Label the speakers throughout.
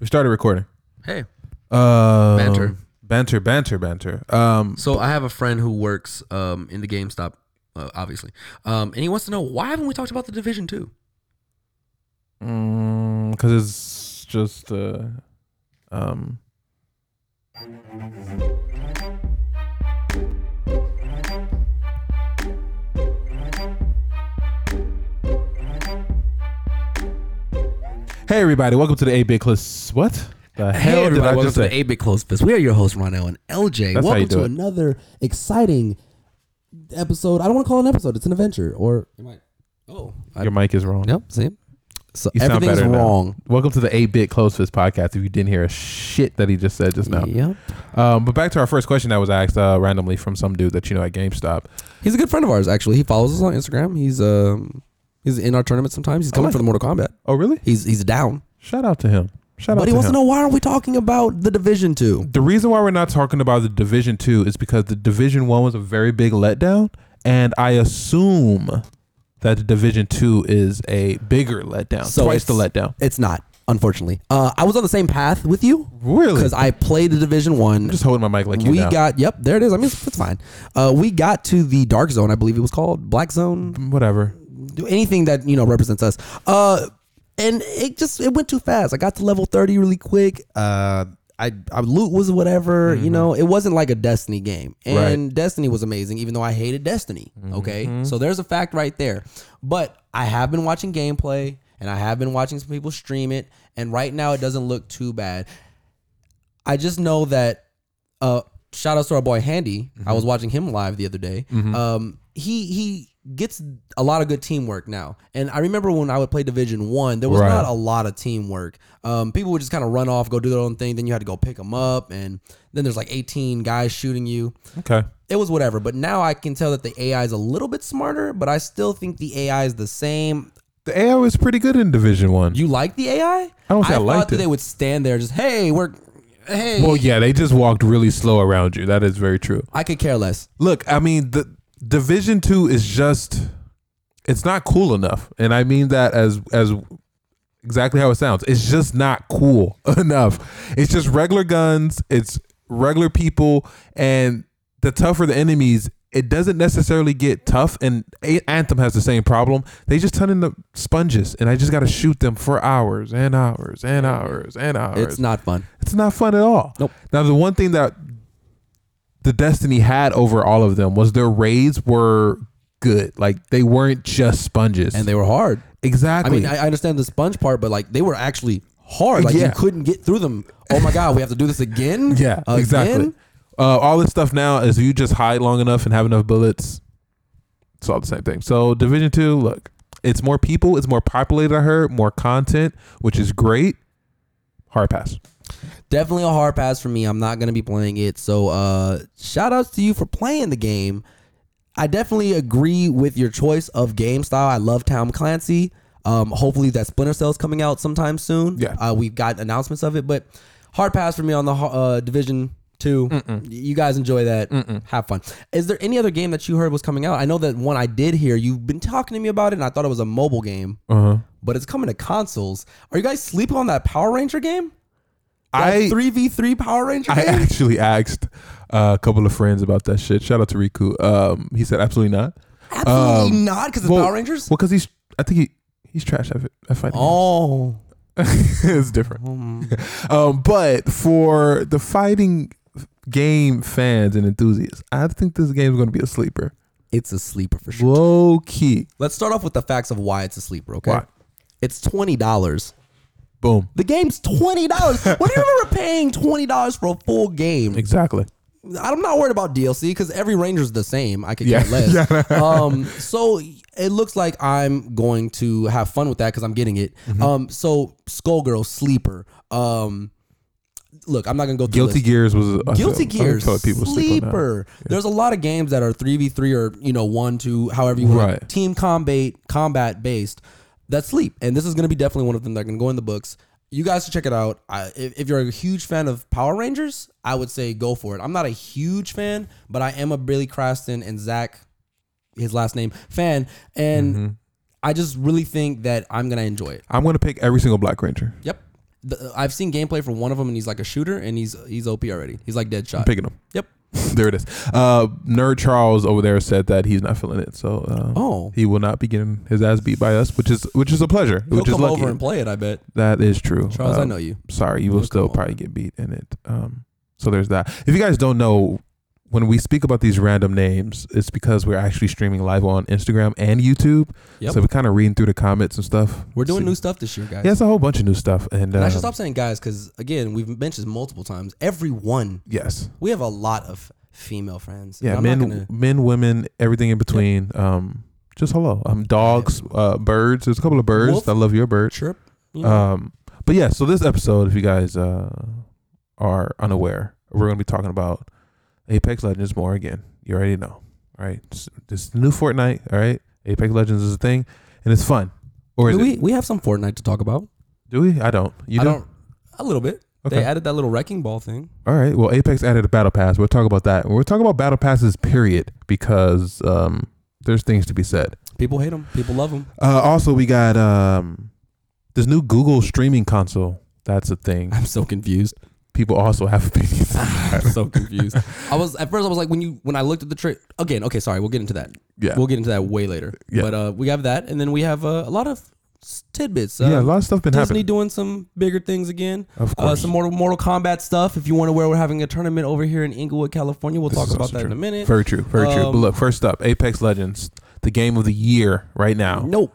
Speaker 1: We started recording.
Speaker 2: Hey,
Speaker 1: Um,
Speaker 2: Banter.
Speaker 1: Banter, banter, banter. Um,
Speaker 2: so I have a friend who works um, in the GameStop, uh, obviously, um, and he wants to know why haven't we talked about the Division Two?
Speaker 1: because Mm, it's just, uh, um, Hey everybody! Welcome to the A Big List. What the hell did I
Speaker 2: welcome
Speaker 1: just
Speaker 2: to the
Speaker 1: say?
Speaker 2: Eight Bit Close Fist. We are your host Ronell and LJ.
Speaker 1: That's how
Speaker 2: welcome
Speaker 1: you do
Speaker 2: to
Speaker 1: it.
Speaker 2: another exciting episode. I don't want to call it an episode; it's an adventure. Or oh, I,
Speaker 1: Your mic is wrong.
Speaker 2: yep. See, so
Speaker 1: You sound
Speaker 2: everything's
Speaker 1: better now.
Speaker 2: wrong.
Speaker 1: Welcome to the 8 Bit Close Fist podcast. If you didn't hear a shit that he just said just now.
Speaker 2: Yep.
Speaker 1: Um, but back to our first question that was asked uh, randomly from some dude that you know at GameStop.
Speaker 2: He's a good friend of ours. Actually, he follows us on Instagram. He's um, he's in our tournament sometimes. He's coming
Speaker 1: like
Speaker 2: for the Mortal Kombat.
Speaker 1: Oh, really?
Speaker 2: He's he's down,
Speaker 1: Shout out to him. Shout out
Speaker 2: but he
Speaker 1: to
Speaker 2: wants
Speaker 1: him.
Speaker 2: to know why aren't we talking about the Division Two?
Speaker 1: the reason why we're not talking about the Division 2 is because the Division 1 was a very big letdown. And I assume that the Division 2 is a bigger letdown.
Speaker 2: So
Speaker 1: twice the
Speaker 2: it's-
Speaker 1: letdown.
Speaker 2: It's not, unfortunately. Uh, I was on the same path with you
Speaker 1: Really?
Speaker 2: because
Speaker 1: I'm
Speaker 2: I played the Division One.
Speaker 1: just holding my mic like you
Speaker 2: We
Speaker 1: now.
Speaker 2: got yep, there it is. I mean, it's, it's fine. Uh, we got to the dark zone, I believe it was called black zone,
Speaker 1: Whatever.
Speaker 2: do anything that you know represents us. Uh, and it just it went too fast. I got to level thirty really quick. Uh, I, I loot was whatever, you know. It wasn't like a Destiny game, and Destiny was amazing, even though I hated Destiny. Okay, so there's a fact right there. But I have been watching gameplay, and I have been watching some people stream it, and right now it doesn't look too bad. I just know that uh shout outs to our boy Handy.
Speaker 1: Mm-hmm.
Speaker 2: I was watching him live the other day. Um he he gets a lot of good teamwork now. And I remember when I would play Division 1, there was
Speaker 1: Right.
Speaker 2: not a lot of teamwork. Um people would just kind of run off, go do their own thing, then you had to go pick them up and then there's like 18 guys shooting you.
Speaker 1: Okay.
Speaker 2: It was whatever, but now I can tell that the AI is a little bit smarter, but I still think the AI is the same.
Speaker 1: The AI was pretty good in Division 1.
Speaker 2: You like the AI? I
Speaker 1: don't say I
Speaker 2: thought
Speaker 1: liked
Speaker 2: that
Speaker 1: it.
Speaker 2: they would stand there just, "Hey, we're hey,
Speaker 1: well, yeah, they just walked really slow around you. That is very true.
Speaker 2: I could care less."
Speaker 1: Look, I mean, the Division Two is just it's not cool enough, and I mean that as as exactly how it sounds. It's just not cool enough. It's just regular guns. It's regular people, and the tougher the enemies. It doesn't necessarily get tough, and A- Anthem has the same problem. They just turn into sponges, and I just got to shoot them for hours and hours and hours and hours.
Speaker 2: It's not fun.
Speaker 1: It's not fun at all.
Speaker 2: Nope.
Speaker 1: Now the one thing that the Destiny had over all of them was their raids were good. Like they weren't just sponges.
Speaker 2: and they were hard. I
Speaker 1: exactly.
Speaker 2: mean, I I understand the sponge part, but like they were actually hard. Like
Speaker 1: Yeah.
Speaker 2: you couldn't get through them. Oh my god, we have to do this again.
Speaker 1: yeah,
Speaker 2: Again?
Speaker 1: exactly. Uh, all this stuff now is you just hide long enough and have enough bullets. It's all the same thing. So Division Two, look, it's more people, it's more populated. I heard more content, which is great. Hard pass.
Speaker 2: Definitely a hard pass for me. I'm not gonna be playing it. So uh shout outs to you for playing the game. I definitely agree with your choice of game style. I love Tom Clancy. Um, hopefully that Splinter Cell's coming out sometime soon.
Speaker 1: Yeah.
Speaker 2: uh, we've got announcements of it, but hard pass for me on the uh, Division Two. Y- You guys enjoy that. Have fun. Is there any other game that you heard was coming out? I know that one I did hear. You've been talking to me about it, and I thought it was a mobile game,
Speaker 1: Uh-huh.
Speaker 2: but it's coming to consoles. Are you guys sleeping on that Power Ranger game?
Speaker 1: I
Speaker 2: three v three Power Ranger
Speaker 1: I
Speaker 2: game.
Speaker 1: actually asked uh, a couple of friends about that shit. Shout out to Riku. Um, he said absolutely not.
Speaker 2: Absolutely not, because it's Power Rangers.
Speaker 1: Well, because he's I think he he's trash at, it- at fighting.
Speaker 2: oh,
Speaker 1: it's different. Um, but for the fighting game fans and enthusiasts, I think this game's going to be a sleeper.
Speaker 2: it's a sleeper for sure.
Speaker 1: Low key.
Speaker 2: Let's start off with the facts of why it's a sleeper. Okay,
Speaker 1: Why?
Speaker 2: it's twenty dollars.
Speaker 1: Boom.
Speaker 2: The game's twenty dollars. when do you remember paying twenty dollars for a full game?
Speaker 1: Exactly.
Speaker 2: I'm not worried about DLC because every Ranger's the same. I could get
Speaker 1: Yeah.
Speaker 2: less. Um, so it looks like I'm going to have fun with that because I'm getting it. Um, so Skullgirl sleeper. Um, look, I'm not gonna go through
Speaker 1: Guilty
Speaker 2: this.
Speaker 1: Gears was I
Speaker 2: Guilty
Speaker 1: feel- I
Speaker 2: Gear,
Speaker 1: feel like people sleep on that.
Speaker 2: sleeper. There's a lot of games that are three v three or you know one two, however you want
Speaker 1: Right.
Speaker 2: it, team combat combat based that sleep, and this is going to be definitely one of them that can go in the books. You guys should check it out. I, if, if you're a huge fan of Power Rangers, I would say go for it. I'm not a huge fan, but I am a Billy Craston and Zach, his last name, fan,
Speaker 1: Mm-hmm.
Speaker 2: and I just really think that I'm gonna enjoy it.
Speaker 1: I'm going to pick every single Black Ranger.
Speaker 2: Yep. The, I've seen gameplay for one of them, and he's like a shooter, and he's he's OP already. He's like Deadshot.
Speaker 1: Picking them.
Speaker 2: Yep.
Speaker 1: there it is. Uh, Nerd Charles over there said that he's not feeling it, so uh,
Speaker 2: Oh.
Speaker 1: he will not be getting his ass beat by us, which is which is a pleasure,
Speaker 2: He'll
Speaker 1: which is
Speaker 2: come
Speaker 1: lucky.
Speaker 2: over and play it. I bet.
Speaker 1: that is true.
Speaker 2: Charles, I
Speaker 1: Um,
Speaker 2: know you.
Speaker 1: Sorry, you will
Speaker 2: He'll
Speaker 1: still
Speaker 2: come over.
Speaker 1: probably get beat in it. Um, so there's that. If you guys don't know, when we speak about these random names, it's because we're actually streaming live on Instagram and YouTube.
Speaker 2: Yep.
Speaker 1: So we're kind of reading through the comments and stuff.
Speaker 2: We're doing
Speaker 1: See-
Speaker 2: new stuff this year, guys.
Speaker 1: Yeah, it's a whole bunch of new stuff, and,
Speaker 2: And I
Speaker 1: um,
Speaker 2: should stop saying guys because again, we've mentioned this multiple times. Everyone,
Speaker 1: yes,
Speaker 2: we have a lot of female friends.
Speaker 1: yeah,
Speaker 2: And I'm
Speaker 1: men,
Speaker 2: not gonna-
Speaker 1: men, women, everything in between. Um, just hello. Um, dogs, uh, birds. There's a couple of birds.
Speaker 2: Wolf.
Speaker 1: I love your bird.
Speaker 2: chirp. You know,
Speaker 1: Um, but yeah, so this episode, if you guys uh, are unaware, we're gonna be talking about Apex Legends more again. You already know, all right? It's, it's the new Fortnite, all right? Apex Legends is a thing, and it's fun. Or is
Speaker 2: do
Speaker 1: it?
Speaker 2: we we have some Fortnite to talk about.
Speaker 1: Do we? I don't. You
Speaker 2: I
Speaker 1: do?
Speaker 2: don't a little bit.
Speaker 1: Okay.
Speaker 2: They added that little wrecking ball thing.
Speaker 1: All right. Well, Apex added a battle pass. We'll talk about that. We're talking about battle passes, period, because um, there's things to be said.
Speaker 2: People hate them. People love them.
Speaker 1: Uh, also, we got um, this new Google streaming console. That's a thing.
Speaker 2: I'm so confused.
Speaker 1: People also have opinions.
Speaker 2: I'm so confused. I was at first. I was like, when you when I looked at the trade again. Okay, sorry. We'll get into that.
Speaker 1: Yeah.
Speaker 2: We'll get into that way later.
Speaker 1: Yeah.
Speaker 2: But uh, we have that, and then we have uh, a lot of s- tidbits. Uh,
Speaker 1: yeah, a lot of stuff been
Speaker 2: Disney
Speaker 1: happening.
Speaker 2: doing some bigger things again.
Speaker 1: Of
Speaker 2: Uh,
Speaker 1: course.
Speaker 2: some Mortal Mortal Kombat stuff. If you want to, where we're having a tournament over here in Inglewood, California, we'll
Speaker 1: This
Speaker 2: talk
Speaker 1: is
Speaker 2: about
Speaker 1: also
Speaker 2: that in
Speaker 1: true.
Speaker 2: a minute.
Speaker 1: Very true. Very true. But
Speaker 2: Um,
Speaker 1: look, first up, Apex Legends, the game of the year right now.
Speaker 2: Nope.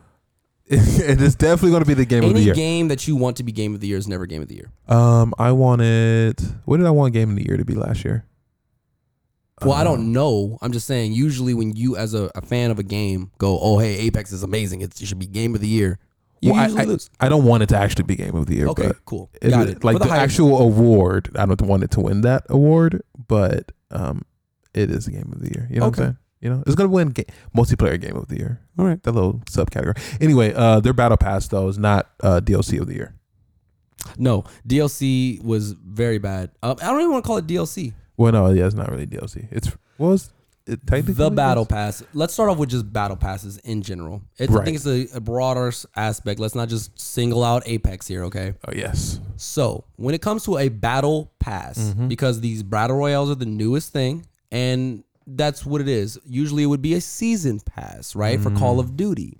Speaker 1: it is definitely going to be the game of the
Speaker 2: Any
Speaker 1: year.
Speaker 2: game that you want to be game of the year is never game of the year.
Speaker 1: Um, I wanted. What did I want game of the year to be last year?
Speaker 2: Well, I
Speaker 1: Um,
Speaker 2: don't know. I'm just saying. Usually, when you, as a, a fan of a game, go, "Oh, hey, Apex is amazing. It's, it should be game of the year." You
Speaker 1: Well, I-
Speaker 2: usually
Speaker 1: I,
Speaker 2: lose.
Speaker 1: I don't want it to actually be game of the year.
Speaker 2: Okay,
Speaker 1: But
Speaker 2: cool.
Speaker 1: it-
Speaker 2: Got it.
Speaker 1: Like
Speaker 2: For
Speaker 1: the,
Speaker 2: hype.
Speaker 1: actual award, I don't want it to win that award, but um, it is game of the year. You know
Speaker 2: Okay.
Speaker 1: what I'm saying? You know, it's gonna win ga- multiplayer game of the year.
Speaker 2: All right.
Speaker 1: That little subcategory. Anyway, uh, their battle pass though is not uh DLC of the year.
Speaker 2: No, DLC was very bad. Um, I don't even want to call it DLC.
Speaker 1: Well, no, yeah, it's not really DLC. It's was it technically
Speaker 2: The battle
Speaker 1: DLC?
Speaker 2: pass. Let's start off with just battle passes in general. It's, I
Speaker 1: Right.
Speaker 2: think it's a, a broader s- aspect. Let's not just single out Apex here, okay?
Speaker 1: Oh yes,
Speaker 2: So when it comes to a battle pass, because these battle royales are the newest thing, and that's what it is. Usually, it would be a season pass, right, for Call of Duty.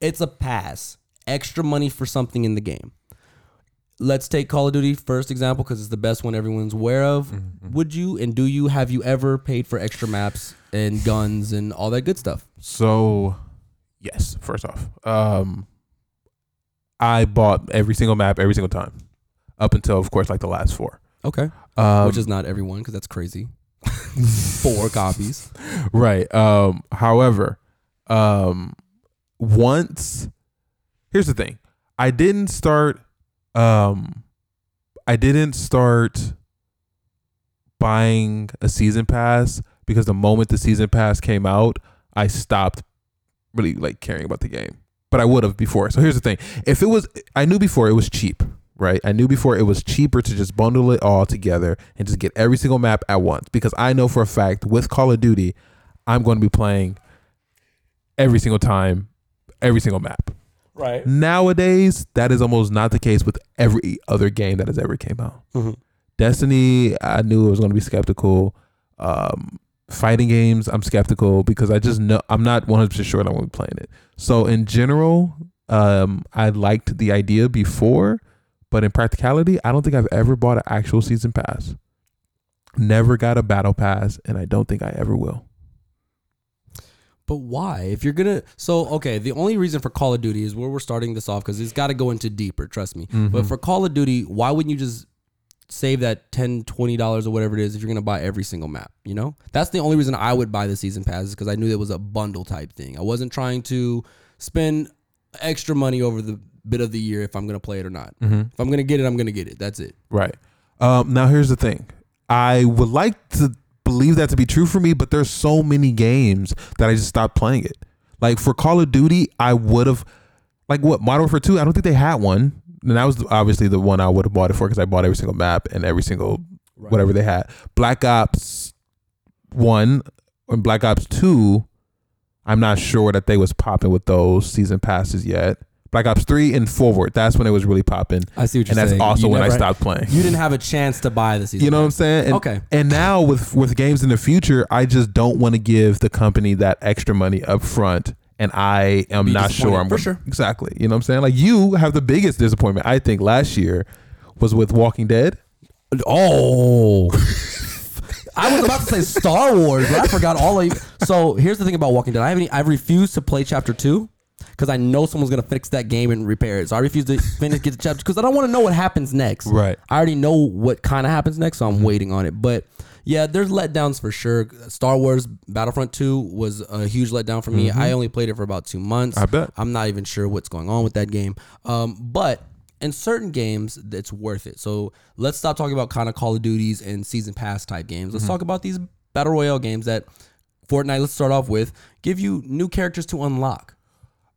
Speaker 2: It's a pass, extra money for something in the game. Let's take Call of Duty first example because it's the best one everyone's aware of. Would you and do you have you ever paid for extra maps and guns and all that good stuff?
Speaker 1: So, yes, first off, um, I bought every single map every single time, up until of course like the last four.
Speaker 2: Okay,
Speaker 1: Um,
Speaker 2: which is not everyone because that's crazy. Four copies.
Speaker 1: right. Um, however, um, once here's the thing, I didn't start. Um, I didn't start buying a season pass because the moment the season pass came out, I stopped really like caring about the game. But I would have before. So here's the thing: if it was, I knew before it was cheap, right? I knew before it was cheaper to just bundle it all together and just get every single map at once because I know for a fact with Call of Duty, I'm going to be playing every single time, every single map.
Speaker 2: Right.
Speaker 1: Nowadays, that is almost not the case with every other game that has ever came out.
Speaker 2: Mhm.
Speaker 1: Destiny, I knew it was going to be skeptical. Um, fighting games, I'm skeptical because I just know I'm not 100% sure that I'm going to be playing it. So in general, um, I liked the idea before, but in practicality, I don't think I've ever bought an actual season pass. Never got a battle pass, and I don't think I ever will.
Speaker 2: But why? If you're gonna so okay, the only reason for Call of Duty is where we're starting this off because it's got to go into deeper. Trust me. But for Call of Duty, why wouldn't you just save that 10 20 dollars or whatever it is if you're gonna buy every single map you know that's the only reason i would buy the season pass is because i knew it was a bundle type thing i wasn't trying to spend extra money over the bit of the year if i'm gonna play it or not if i'm gonna get it i'm gonna get it that's it
Speaker 1: Right. Um, now here's the thing. I would like to believe that to be true for me, but there's so many games that I just stopped playing it. Like for Call of Duty, I would have like what Modern Warfare 2, I don't think they had one. And that was obviously the one I would have bought it for because I bought every single map and every single whatever they had. Black Ops 1 and Black Ops 2, I'm not sure that they was popping with those season passes yet. Black Ops Three and forward. That's when it was really popping.
Speaker 2: I see what
Speaker 1: and
Speaker 2: you're
Speaker 1: that's
Speaker 2: saying.
Speaker 1: also
Speaker 2: You
Speaker 1: when I
Speaker 2: never-
Speaker 1: stopped playing.
Speaker 2: You didn't have a chance to buy the season.
Speaker 1: You know what I'm
Speaker 2: pass.
Speaker 1: saying? And,
Speaker 2: Okay.
Speaker 1: And now with with games in the future, I just don't want to give the company that extra money up front. And I am
Speaker 2: Be
Speaker 1: not
Speaker 2: disappointed.
Speaker 1: sure I'm
Speaker 2: For
Speaker 1: gonna-
Speaker 2: sure.
Speaker 1: exactly. You know what I'm saying? Like you have the biggest disappointment. I think last year was with Walking Dead.
Speaker 2: Oh. I was about to say Star Wars, but I forgot all of you. So here's the thing about Walking Dead. I haven't. I refused to play Chapter Two because I know someone's gonna fix that game and repair it. So I refuse to finish get the chapter because I don't want to know what happens next.
Speaker 1: Right.
Speaker 2: I already know what kind of happens next, so I'm waiting on it. But yeah, there's letdowns for sure. Star Wars Battlefront Two was a huge letdown for me. I only played it for about two months.
Speaker 1: I bet.
Speaker 2: I'm not even sure what's going on with that game. Um, but in certain games, it's worth it. So let's stop talking about kind of Call of Duties and season pass type games.
Speaker 1: Mm-hmm.
Speaker 2: Let's talk about these battle royale games that Fortnite. Let's start off with give you new characters to unlock,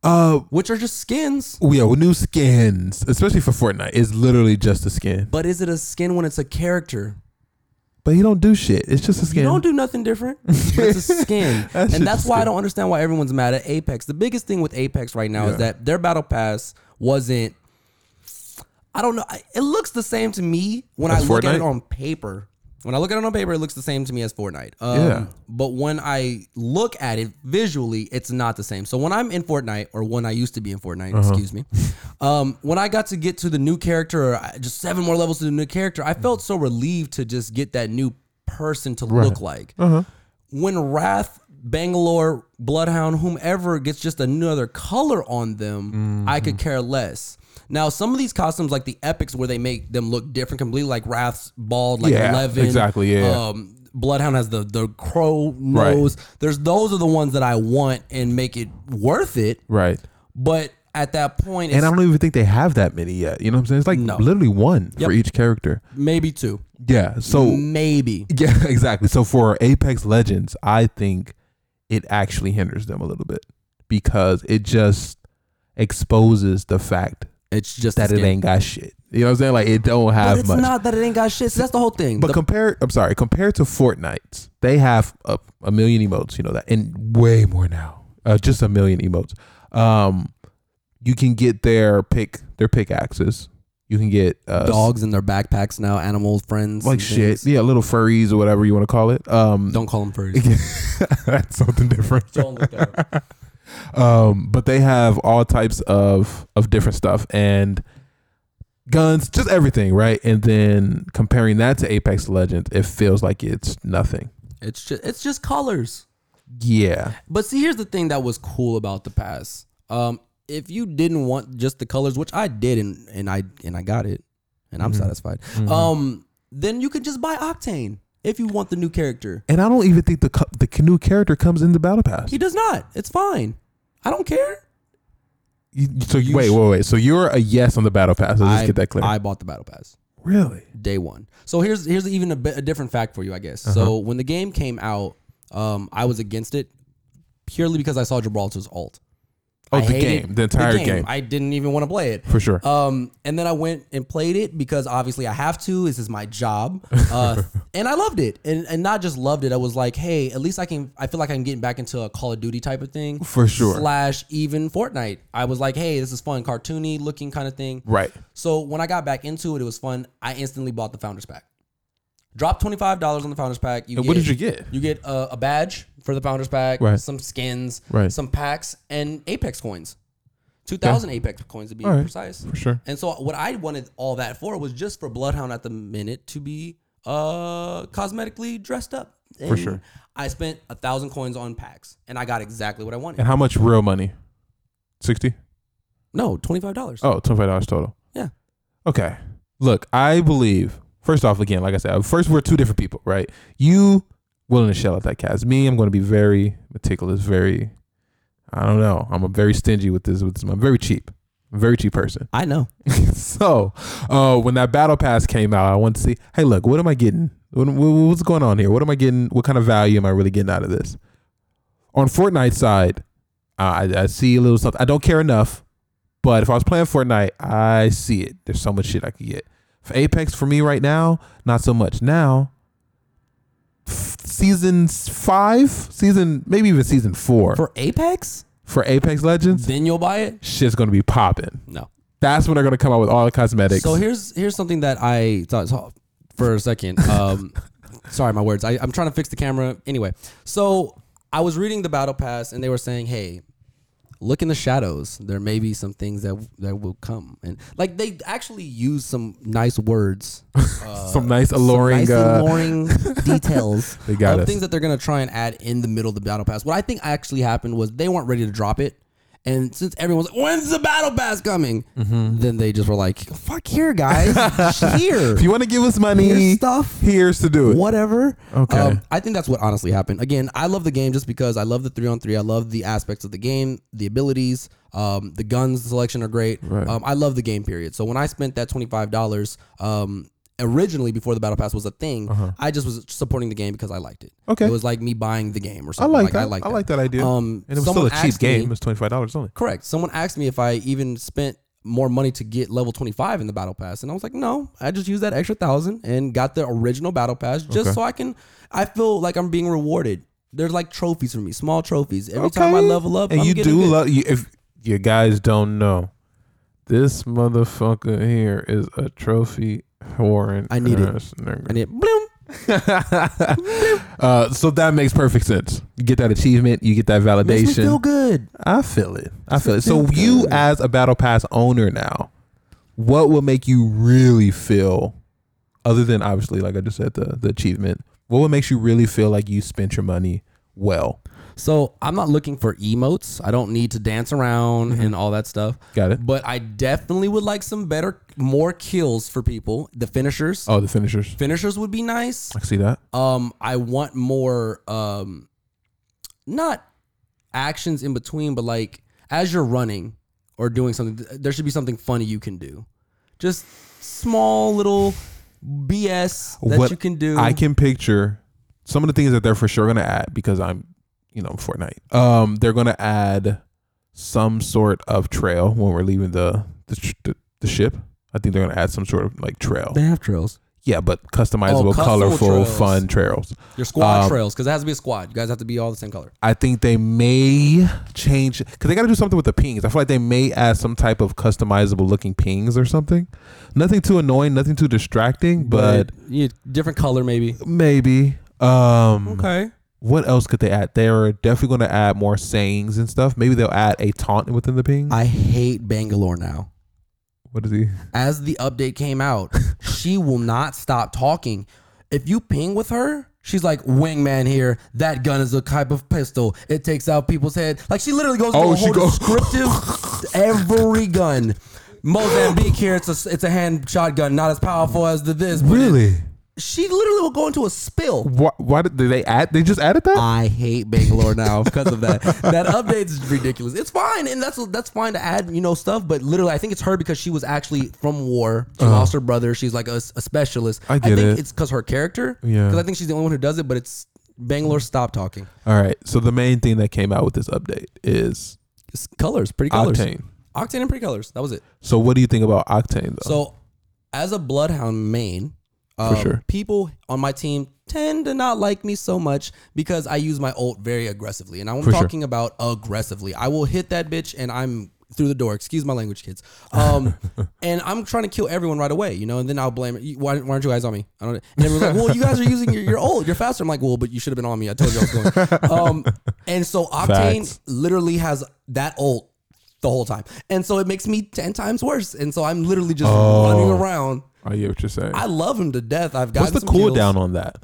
Speaker 1: Uh,
Speaker 2: which are just skins.
Speaker 1: yeah, with new skins, especially for Fortnite, is literally just a skin.
Speaker 2: But is it a skin when it's a character?
Speaker 1: But he don't do shit. It's just a skin.
Speaker 2: You don't do nothing different. But it's a skin.
Speaker 1: That shit's
Speaker 2: and that's
Speaker 1: a
Speaker 2: why I
Speaker 1: skin.
Speaker 2: don't understand why everyone's mad at Apex. The biggest thing with Apex right now is that their battle pass wasn't I don't know. I- It looks the same to me when I
Speaker 1: As
Speaker 2: look at it
Speaker 1: Fortnite?
Speaker 2: on paper. When I look at it on paper, it looks the same to me as Fortnite. Um,
Speaker 1: Yeah.
Speaker 2: But when I look at it visually, it's not the same. So when I'm in Fortnite, or when I used to be in Fortnite,
Speaker 1: Uh-huh.
Speaker 2: excuse me, um, when I got to get to the new character, or I- just seven more levels to the new character, I felt so relieved to just get that new person to look like.
Speaker 1: Uh-huh.
Speaker 2: When Wrath, Bangalore, Bloodhound, whomever gets just another color on them, I
Speaker 1: Mm-hmm.
Speaker 2: could care less. Now, some of these costumes, like the epics, where they make them look different completely, like Wrath's bald, like
Speaker 1: Yeah,
Speaker 2: Eleven,
Speaker 1: exactly, yeah.
Speaker 2: Um, Bloodhound has the the crow nose. There's those are the ones that I want and make it worth it.
Speaker 1: right.
Speaker 2: But at that point, it's
Speaker 1: And I don't even think they have that many yet. You know what I'm saying? It's like literally one for each character.
Speaker 2: maybe two,
Speaker 1: Yeah. So
Speaker 2: maybe.
Speaker 1: Yeah, exactly. So for Apex Legends, I think it actually hinders them a little bit because it just exposes the fact
Speaker 2: It's just
Speaker 1: that
Speaker 2: a
Speaker 1: it
Speaker 2: skin.
Speaker 1: ain't got shit. You know what I'm saying? Like it don't have
Speaker 2: But it's
Speaker 1: much.
Speaker 2: not that it ain't got shit. So that's the whole thing.
Speaker 1: but
Speaker 2: The-
Speaker 1: compare, I'm sorry, compared to Fortnite, they have a, a million emotes. You know that, and way more now. Uh, just a million emotes. Um, you can get their pick, their pickaxes. You can get uh,
Speaker 2: dogs in their backpacks now, animals, friends,
Speaker 1: like
Speaker 2: and
Speaker 1: shit.
Speaker 2: things.
Speaker 1: Yeah, little furries or whatever you want to call it. Um,
Speaker 2: Don't call them furries.
Speaker 1: that's something different.
Speaker 2: Don't look at them.
Speaker 1: um, but they have all types of of different stuff and guns, just everything, right? And then comparing that to Apex Legends, it feels like it's nothing.
Speaker 2: It's just it's just colors.
Speaker 1: Yeah,
Speaker 2: But see, here's the thing that was cool about the pass. Um, if you didn't want just the colors, which I did, and and I and I got it, and
Speaker 1: Mm-hmm.
Speaker 2: I'm satisfied. Um, then you could just buy Octane if you want the new character.
Speaker 1: and I don't even think the co- the new character comes in the battle pass.
Speaker 2: He does not. It's fine. I don't care.
Speaker 1: You- so you, wait, wait, wait. So you're a yes on the battle pass. Let's just
Speaker 2: I,
Speaker 1: get that clear.
Speaker 2: I bought the battle pass.
Speaker 1: really?
Speaker 2: day one. So here's here's even a, bit, a different fact for you, I guess.
Speaker 1: Uh-huh.
Speaker 2: So when the game came out, um, I was against it purely because I saw Gibraltar's alt.
Speaker 1: Oh,
Speaker 2: I
Speaker 1: the
Speaker 2: hated
Speaker 1: game, the entire game.
Speaker 2: I didn't even want to play it
Speaker 1: For sure.
Speaker 2: Um, and then I went and played it because obviously I have to. This is my job, uh, and I loved it, and and not just loved it. I was like, hey, at least I can. I feel like I'm getting back into a Call of Duty type of thing
Speaker 1: For sure.
Speaker 2: Slash even Fortnite. I was like, hey, this is fun, cartoony looking kind of thing.
Speaker 1: Right.
Speaker 2: So when I got back into it, it was fun. I instantly bought the Founders Pack. Dropped twenty five dollars on the Founders Pack. You
Speaker 1: And what did you get?
Speaker 2: You get a, a badge for the Founders Pack,
Speaker 1: Right.
Speaker 2: some skins,
Speaker 1: Right.
Speaker 2: some packs, and Apex coins. Two thousand Apex coins to be
Speaker 1: right.
Speaker 2: precise.
Speaker 1: For sure.
Speaker 2: And so what I wanted all that for was just for Bloodhound at the minute to be uh cosmetically dressed up. for
Speaker 1: sure.
Speaker 2: I spent a thousand coins on packs, and I got exactly what I wanted.
Speaker 1: And how much real money? Sixty.
Speaker 2: No, twenty five dollars.
Speaker 1: Oh, twenty five dollars total.
Speaker 2: Yeah.
Speaker 1: Okay. Look, I believe, first off, again, like I said, first we're two different people, right? You willing to shell out that cash. Me, I'm going to be very meticulous, very, I don't know. I'm a very stingy with this. With this. I'm very cheap, very cheap person.
Speaker 2: I know.
Speaker 1: so uh, when that battle pass came out, I wanted to see, hey, look, what am I getting? What, what- what's going on here? What am I getting? What kind of value am I really getting out of this? On Fortnite side, I, I see a little something. I don't care enough, but if I was playing Fortnite, I see it. There's so much shit I could get. For Apex, for me right now, not so much. Now, f- season s- five, season maybe even season four
Speaker 2: For Apex?
Speaker 1: for Apex Legends,
Speaker 2: Then you'll buy it?
Speaker 1: shit's gonna be popping.
Speaker 2: No.
Speaker 1: That's when they're gonna come out with all the cosmetics.
Speaker 2: So here's here's something that I thought so for a second. Um, sorry, my words. I, I'm trying to fix the camera. Anyway, so I was reading the battle pass, and they were saying, "Hey, look in the shadows. There may be some things that that will come." And like they actually use some nice words, uh,
Speaker 1: some nice alluring.
Speaker 2: nice
Speaker 1: uh,
Speaker 2: alluring details
Speaker 1: They got
Speaker 2: of
Speaker 1: us.
Speaker 2: things that they're gonna try and add in the middle of the battle pass. What I think actually happened was they weren't ready to drop it. And since everyone's like, when's the battle pass coming? Then they just were like, fuck here, guys. here.
Speaker 1: Mm-hmm. if you want to give us money,
Speaker 2: Here's stuff.
Speaker 1: Here's to do it.
Speaker 2: Whatever. Um,
Speaker 1: Okay.
Speaker 2: I think that's what honestly happened. Again, I love the game just because I love the three on three. I love the aspects of the game, the abilities, um, the guns selection are great. Um, I love the game period. So when I spent that twenty five dollars, um, originally before the battle pass was a thing, I just was supporting the game because I liked it.
Speaker 1: Uh-huh. Okay.
Speaker 2: It was like me buying the game or
Speaker 1: I
Speaker 2: something.
Speaker 1: like, that. I like,
Speaker 2: I
Speaker 1: that. idea.
Speaker 2: Um,
Speaker 1: and it was still
Speaker 2: someone
Speaker 1: a cheap
Speaker 2: asked me-
Speaker 1: game. It was twenty five dollars only.
Speaker 2: Correct. Someone asked me if I even spent more money to get level 25 in the battle pass and I was like no I just used that extra thousand and got the original battle pass just so I can I feel like I'm being rewarded there's like trophies for me small trophies every time I
Speaker 1: Okay.
Speaker 2: level up
Speaker 1: and
Speaker 2: I'm
Speaker 1: you
Speaker 2: getting
Speaker 1: do
Speaker 2: good.
Speaker 1: love you, if you guys don't know this motherfucker here is a trophy whoring
Speaker 2: I need it.
Speaker 1: ass nigga.
Speaker 2: and it bloom
Speaker 1: uh, so that makes perfect sense you get that achievement you get that validation
Speaker 2: makes me feel good
Speaker 1: i feel it i feel it so
Speaker 2: feel
Speaker 1: you
Speaker 2: good.
Speaker 1: as a battle pass owner now what will make you really feel other than obviously like i just said the, the achievement what would makes you really feel like you spent your money well
Speaker 2: so I'm not looking for emotes I don't need to dance around
Speaker 1: Mm-hmm.
Speaker 2: and all that stuff
Speaker 1: got it
Speaker 2: but I definitely would like some better more kills for people the finishers
Speaker 1: oh the finishers
Speaker 2: finishers would be nice
Speaker 1: i can see that
Speaker 2: Um, I want more um, not actions in between, but like as you're running or doing something, th- there should be something funny you can do. Just small little BS that
Speaker 1: What
Speaker 2: you can do.
Speaker 1: I can picture some of the things that they're for sure gonna add because I'm, you know, Fortnite. Um, they're gonna add some sort of trail when we're leaving the the, sh- the, the ship. I think they're gonna add some sort of like trail.
Speaker 2: they have trails.
Speaker 1: Yeah, but customizable,
Speaker 2: Oh, custom
Speaker 1: colorful,
Speaker 2: trails.
Speaker 1: fun trails.
Speaker 2: Your squad
Speaker 1: Um,
Speaker 2: trails, because it has to be a squad. You guys have to be all the same color.
Speaker 1: I think they may change because they got to do something with the pings. I feel like they may add some type of customizable looking pings or something. Nothing too annoying, nothing too distracting, but,
Speaker 2: you, different color maybe.
Speaker 1: maybe. Um,
Speaker 2: Okay.
Speaker 1: what else could they add? They're definitely going to add more sayings and stuff. Maybe they'll add a taunt within the ping.
Speaker 2: I hate Bangalore now.
Speaker 1: what is he?
Speaker 2: as the update came out, she will not stop talking. If you ping with her, she's like, "Wingman here. That gun is a type of pistol. It takes out people's head." Like she literally goes
Speaker 1: Oh,
Speaker 2: oh,
Speaker 1: she
Speaker 2: through a
Speaker 1: goes-
Speaker 2: whole descriptive every gun. Mozambique here. It's a it's a hand shotgun, not as powerful as the this. but it-
Speaker 1: Really?
Speaker 2: she literally will go into a spill.
Speaker 1: Why, why did did they add? They just added that?
Speaker 2: I hate Bangalore now because of that. That update's ridiculous. It's fine, and that's that's fine to add, you know, stuff. But literally, I think it's her because she was actually from war. She lost her brother. She's like a, s- a specialist.
Speaker 1: Uh-huh. I get it.
Speaker 2: think It's because her character.
Speaker 1: Yeah.
Speaker 2: Because I think she's the only one who does it. But it's Bangalore. Stop talking.
Speaker 1: All right. So the main thing that came out with this update is
Speaker 2: It's colors, pretty colors,
Speaker 1: Octane.
Speaker 2: Octane and pretty colors. That was it.
Speaker 1: So what do you think about Octane though?
Speaker 2: So, as a Bloodhound main, um,
Speaker 1: sure.
Speaker 2: people on my team tend to not like me so much because I use my ult very aggressively. And I'm
Speaker 1: For sure.
Speaker 2: talking about aggressively. I will hit that bitch and I'm through the door. Excuse my language, kids. Um, and I'm trying to kill everyone right away, you know, and then I'll blame it. You- Why, why aren't you guys on me? I don't, and everyone's like, well, you guys are using your, your ult. You're faster. I'm like, well, but you should have been on me. I told you I was going. Um, and so Octane
Speaker 1: Facts.
Speaker 2: literally has that ult the whole time. And so it makes me 10 times worse. And so I'm literally just running
Speaker 1: Oh.
Speaker 2: around.
Speaker 1: I hear what you're saying.
Speaker 2: I love him to death. I've got
Speaker 1: What's the cooldown on that?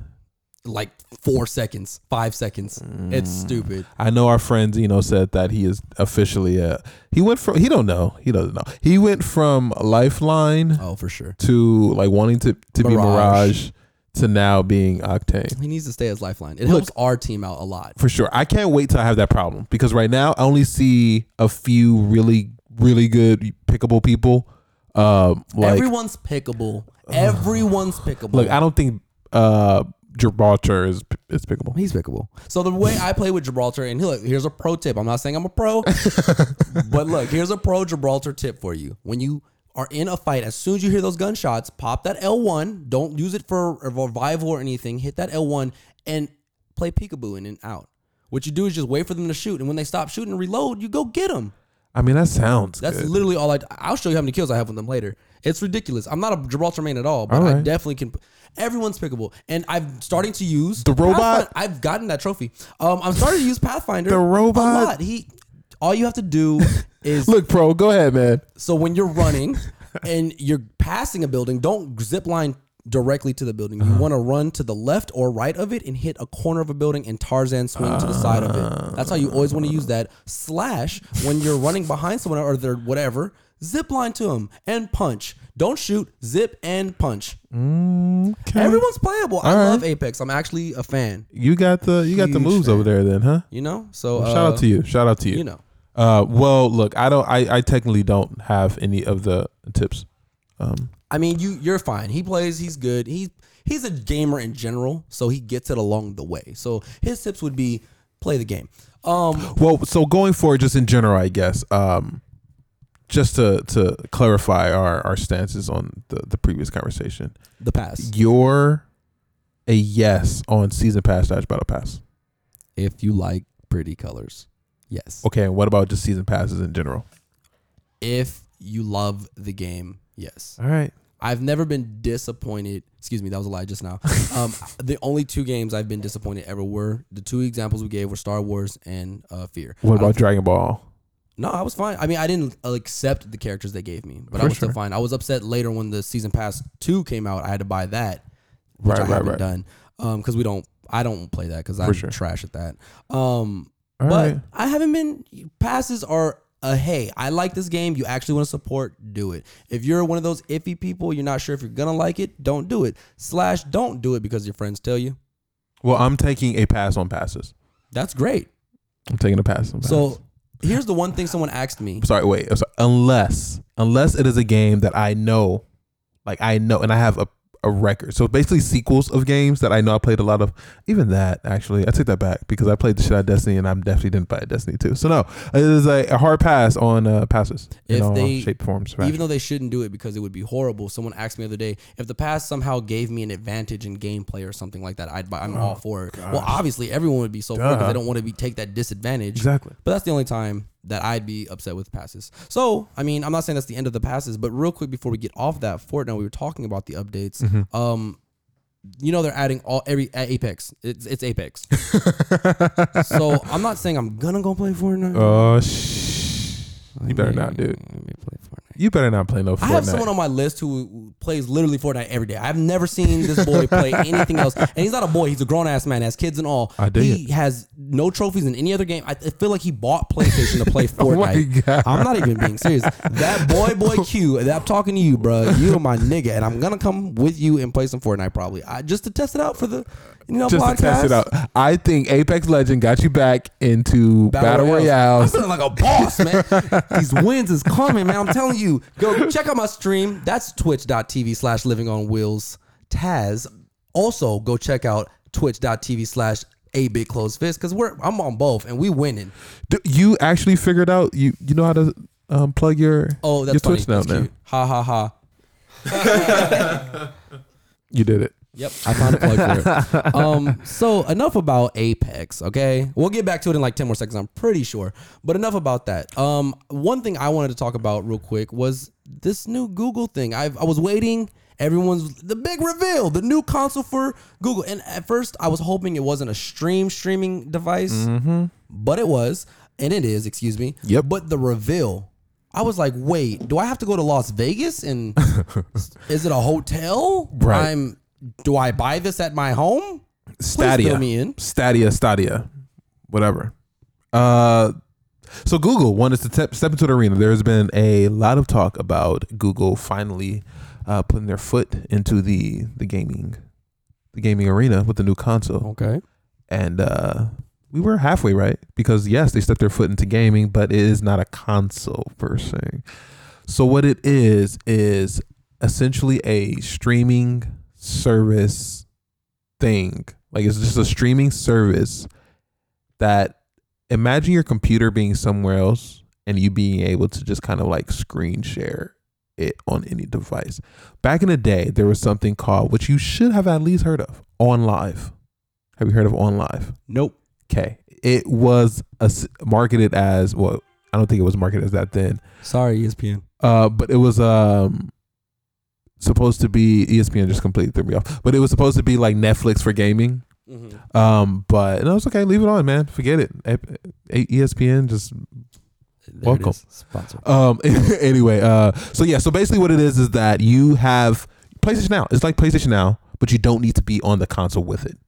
Speaker 2: Like four seconds, five seconds. It's
Speaker 1: Mm.
Speaker 2: stupid.
Speaker 1: I know our friend Zeno said that he is officially uh he went from he don't know he doesn't know he went from Lifeline
Speaker 2: Oh, for sure.
Speaker 1: to like wanting to to be
Speaker 2: Mirage.
Speaker 1: Mirage to now being Octane.
Speaker 2: He needs to stay as lifeline. It helps our team out a lot.
Speaker 1: for sure. I can't wait till I have that problem because right now I only see a few really, really good pickable people. Um, like,
Speaker 2: Everyone's pickable. Everyone's pickable.
Speaker 1: look, I don't think uh, Gibraltar is is pickable.
Speaker 2: He's pickable. So the way I play with Gibraltar, and look, here's a pro tip. I'm not saying I'm a pro, but look, here's a pro Gibraltar tip for you. When you are in a fight, as soon as you hear those gunshots, pop that L1. Don't use it for revival or anything. Hit that L1 and play peekaboo in and out. What you do is just wait for them to shoot, and when they stop shooting and reload, you go get them.
Speaker 1: I mean, that sounds
Speaker 2: That's
Speaker 1: good.
Speaker 2: literally all I. I'll show you how many kills I have with them later. It's ridiculous. I'm not a Gibraltar main at all, but I
Speaker 1: Alright.
Speaker 2: definitely can. Everyone's pickable, and I'm starting to use
Speaker 1: The robot?
Speaker 2: Pathfind- I've gotten that trophy. Um, I'm starting to use Pathfinder.
Speaker 1: The robot?
Speaker 2: A lot. He. All you have to do is
Speaker 1: Look, pro, go ahead, man.
Speaker 2: so when you're running and you're passing a building, don't zip line directly to the building. You
Speaker 1: Uh-huh.
Speaker 2: want to run to the left or right of it and hit a corner of a building and Tarzan swing to the side of it. That's how you always want to use that. Slash when you're running behind someone or they're whatever, zip line to them and punch. Don't shoot, zip and punch.
Speaker 1: Mm-hmm.
Speaker 2: Everyone's playable. I love Apex. I'm actually a fan.
Speaker 1: You got the you got the
Speaker 2: Huge
Speaker 1: moves over there, then, huh?
Speaker 2: You know, so uh,
Speaker 1: Shout out to you. Shout out to you.
Speaker 2: you know.
Speaker 1: Uh, well, look, I don't. I, I technically don't have any of the tips. Um,
Speaker 2: I mean, you you're fine. He plays. He's good. He he's a gamer in general, so he gets it along the way. So his tips would be play the game. Um,
Speaker 1: well, so going forward, just in general, I guess. Um, just to to clarify our our stances on the the previous conversation,
Speaker 2: the pass.
Speaker 1: you're a yes on season pass, dodge battle pass.
Speaker 2: If you like pretty colors, yes.
Speaker 1: Okay, and what about just season passes in general?
Speaker 2: If you love the game, yes.
Speaker 1: All right.
Speaker 2: I've never been disappointed. Excuse me, that was a lie just now. Um, the only two games I've been disappointed ever were the two examples we gave were Star Wars and uh, Fear.
Speaker 1: What
Speaker 2: I
Speaker 1: about Dragon Ball?
Speaker 2: No, I was fine. I mean, I didn't uh, accept the characters they gave me, but I
Speaker 1: For
Speaker 2: was still
Speaker 1: sure.
Speaker 2: fine. I was upset later when the season pass two came out. I had to buy that, which
Speaker 1: Right,
Speaker 2: I
Speaker 1: right,
Speaker 2: haven't
Speaker 1: right.
Speaker 2: done because we don't. I don't play that because I'm
Speaker 1: sure.
Speaker 2: trash at that. Um,
Speaker 1: All
Speaker 2: but
Speaker 1: right.
Speaker 2: I haven't been. Passes are a hey. I like this game. You actually want to support? Do it. If you're one of those iffy people, you're not sure if you're gonna like it. Don't do it. Slash, don't do it because your friends tell you.
Speaker 1: Well, I'm taking a pass on passes.
Speaker 2: That's great.
Speaker 1: I'm taking a pass on passes.
Speaker 2: So here's the one thing someone asked me.
Speaker 1: sorry, wait. I'm sorry. Unless unless it is a game that I know, like I know, and I have a a record. So basically, sequels of games that I know I played a lot of. Even that, actually, I take that back because I played the shit out of Destiny, and I'm definitely didn't play Destiny too. So no, it is a, a hard pass on uh, passes in
Speaker 2: If
Speaker 1: all
Speaker 2: they-
Speaker 1: shape, forms.
Speaker 2: even though they shouldn't do it because it would be horrible. Someone asked me the other day if the pass somehow gave me an advantage in gameplay or something like that. I'd buy, I'm all for it. Well, obviously everyone would be so for it because
Speaker 1: Oh, Duh.
Speaker 2: they don't want to be take that disadvantage.
Speaker 1: Exactly.
Speaker 2: But that's the only time that I'd be upset with passes. So I mean, I'm not saying that's the end of the passes, but real quick before we get off that Fortnite, we were talking about the updates.
Speaker 1: Mm-hmm.
Speaker 2: Um, you know they're adding all every at Apex. It's it's Apex. so I'm not saying I'm gonna go play Fortnite.
Speaker 1: Oh shh. You better not, dude.
Speaker 2: Let me play Fortnite.
Speaker 1: You better not play no Fortnite.
Speaker 2: I have someone on my list who plays literally Fortnite every day. I've never seen this boy play anything else, and he's not a boy. He's a grown ass man, has kids and all.
Speaker 1: I dig
Speaker 2: He has no trophies in any other game. I, I feel like he bought PlayStation to play Fortnite.
Speaker 1: Oh my God.
Speaker 2: I'm not even being serious. That boy, boy Q. that- I'm talking to you, bro. You are my nigga, and I'm gonna come with you and play some Fortnite probably, I, just to test it out for the you know
Speaker 1: just
Speaker 2: podcast.
Speaker 1: to test it out. I think Apex Legend got you back into Battle,
Speaker 2: I'm
Speaker 1: Royales.
Speaker 2: feeling like a boss, man. These wins is coming, man. I'm telling you. Go check out my stream. That's twitch.tv slash living on wheels. Taz. Also, go check out twitch.tv slash a big closed fist because we're I'm on both and we winning.
Speaker 1: Do you actually figured out you you know how to um, plug your
Speaker 2: Oh,
Speaker 1: your
Speaker 2: that's funny.
Speaker 1: Twitch now,
Speaker 2: That's
Speaker 1: man.
Speaker 2: cute. Ha ha ha.
Speaker 1: You did it.
Speaker 2: Yep, I found a plug for it. Um, so enough about Apex, okay? We'll get back to it in like ten more seconds, I'm pretty sure. But enough about that. Um, one thing I wanted to talk about real quick was this new Google thing. I've, I was waiting. Everyone's the big reveal, the new console for Google. And at first, I was hoping it wasn't a stream streaming device, but it was, and it is. Excuse me.
Speaker 1: Yep.
Speaker 2: But the reveal. I was like, wait, do I have to go to Las Vegas and is it a hotel?
Speaker 1: Right.
Speaker 2: I'm. Do I buy this at my home? Please fill
Speaker 1: Stadia,
Speaker 2: me in.
Speaker 1: Stadia, Stadia, whatever. Uh, so Google wanted to te- step into the arena. There's been a lot of talk about Google finally uh, putting their foot into the the gaming the gaming arena with the new console.
Speaker 2: Okay.
Speaker 1: and uh, we were halfway right because yes, they stepped their foot into gaming, but it is not a console per se. So what it is is essentially a streaming service thing. Like it's just a streaming service that imagine your computer being somewhere else and you being able to just kind of like screen share it on any device. Back in the day, there was something called which you should have at least heard of, OnLive. Have you heard of OnLive?
Speaker 2: Nope.
Speaker 1: Okay. it was a s marketed as well. I don't think it was marketed as that then,
Speaker 2: Sorry, E ESPN.
Speaker 1: uh, but it was um, supposed to be E ESPN just completely threw me off. But it was supposed to be like Netflix for gaming. Um, but no, it's okay. Leave it on, man. Forget it. A- A- E ESPN just Welcome.
Speaker 2: Sponsor.
Speaker 1: um anyway uh so yeah so basically what it is is that you have playstation now it's like playstation now but you don't need to be on the console with it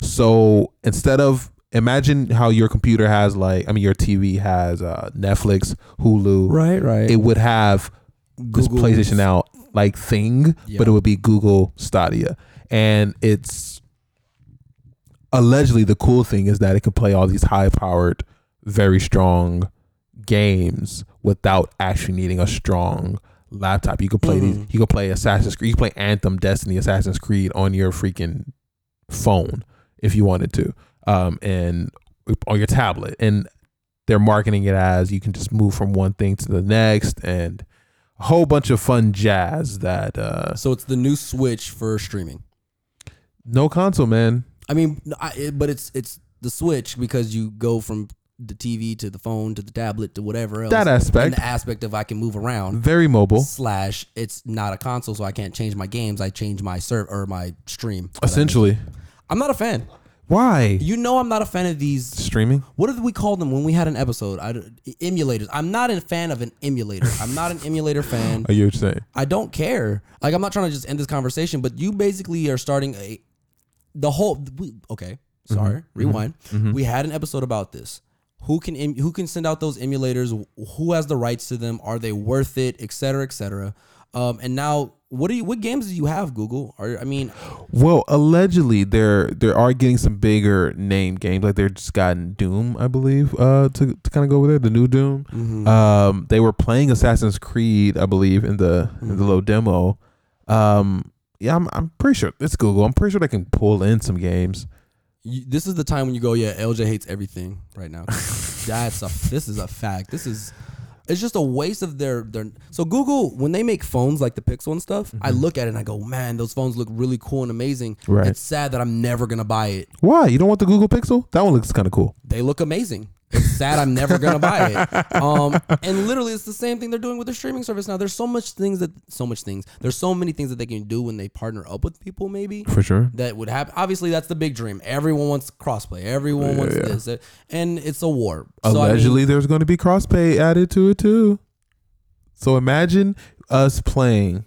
Speaker 1: so instead of imagine how your computer has like i mean your tv has uh netflix hulu
Speaker 2: Right, right.
Speaker 1: it would have
Speaker 2: Google's-
Speaker 1: this playstation now like thing
Speaker 2: Yeah.
Speaker 1: but it would be google stadia and it's allegedly the cool thing is that it can play all these high powered very strong games without actually needing a strong laptop. You could play these.
Speaker 2: Mhm.
Speaker 1: You could play Assassin's Creed. You could play Anthem, Destiny, Assassin's Creed on your freaking phone if you wanted to, um, and on your tablet. And they're marketing it as you can just move from one thing to the next, and a whole bunch of fun jazz that uh,
Speaker 2: So it's the new Switch for streaming.
Speaker 1: no console man.
Speaker 2: I mean, n- I, it- but it's it's the Switch because you go from the TV to the phone to the tablet to whatever else.
Speaker 1: That
Speaker 2: and
Speaker 1: aspect
Speaker 2: the aspect of I can move around.
Speaker 1: very mobile.
Speaker 2: Slash, it's not a console, so I can't change my games. I change my serve or my stream.
Speaker 1: Essentially,
Speaker 2: I'm not a fan.
Speaker 1: why
Speaker 2: You know, I'm not a fan of these.
Speaker 1: streaming?
Speaker 2: What did we call them when we had an episode? I, d- emulators. I'm not a fan of an emulator. I'm not an emulator fan.
Speaker 1: Are Oh, you what you're saying?
Speaker 2: I don't care. Like I'm not trying to just end this conversation, but you basically are starting a the whole. We, okay, sorry. Rewind. We had an episode about this. Who can em, who can send out those emulators? Who has the rights to them? Are they worth it? Et cetera, et cetera. Um, and now, what do you? What games do you have? Google? Are I mean,
Speaker 1: Well, allegedly they're they are getting some bigger name games. Like they're just gotten Doom, I believe, uh, to, to kind of go over there, the new Doom. Um, they were playing Assassin's Creed, I believe, in the in the little demo. Um, yeah, I'm I'm pretty sure it's Google. I'm pretty sure they can pull in some games.
Speaker 2: you, this is the time when you go, yeah, LJ hates everything right now. That's a this is a fact. This is it's just a waste of their their so Google when they make phones like the Pixel and stuff, I look at it and I go, man, those phones look really cool and amazing.
Speaker 1: Right.
Speaker 2: It's sad that I'm never gonna buy it.
Speaker 1: Why you don't want the Google Pixel? That one looks kind of cool.
Speaker 2: They look amazing. It's sad I'm never gonna buy it. Um, and literally, it's the same thing they're doing with their streaming service now. There's so much things that so much things. There's so many things that they can do when they partner up with people. Maybe
Speaker 1: For sure.
Speaker 2: that would happen. Obviously, that's the big dream. Everyone wants crossplay. Everyone wants this, Uh, and it's a war. So, I mean,
Speaker 1: Allegedly, there's going to be crosspay added to it too. So imagine us playing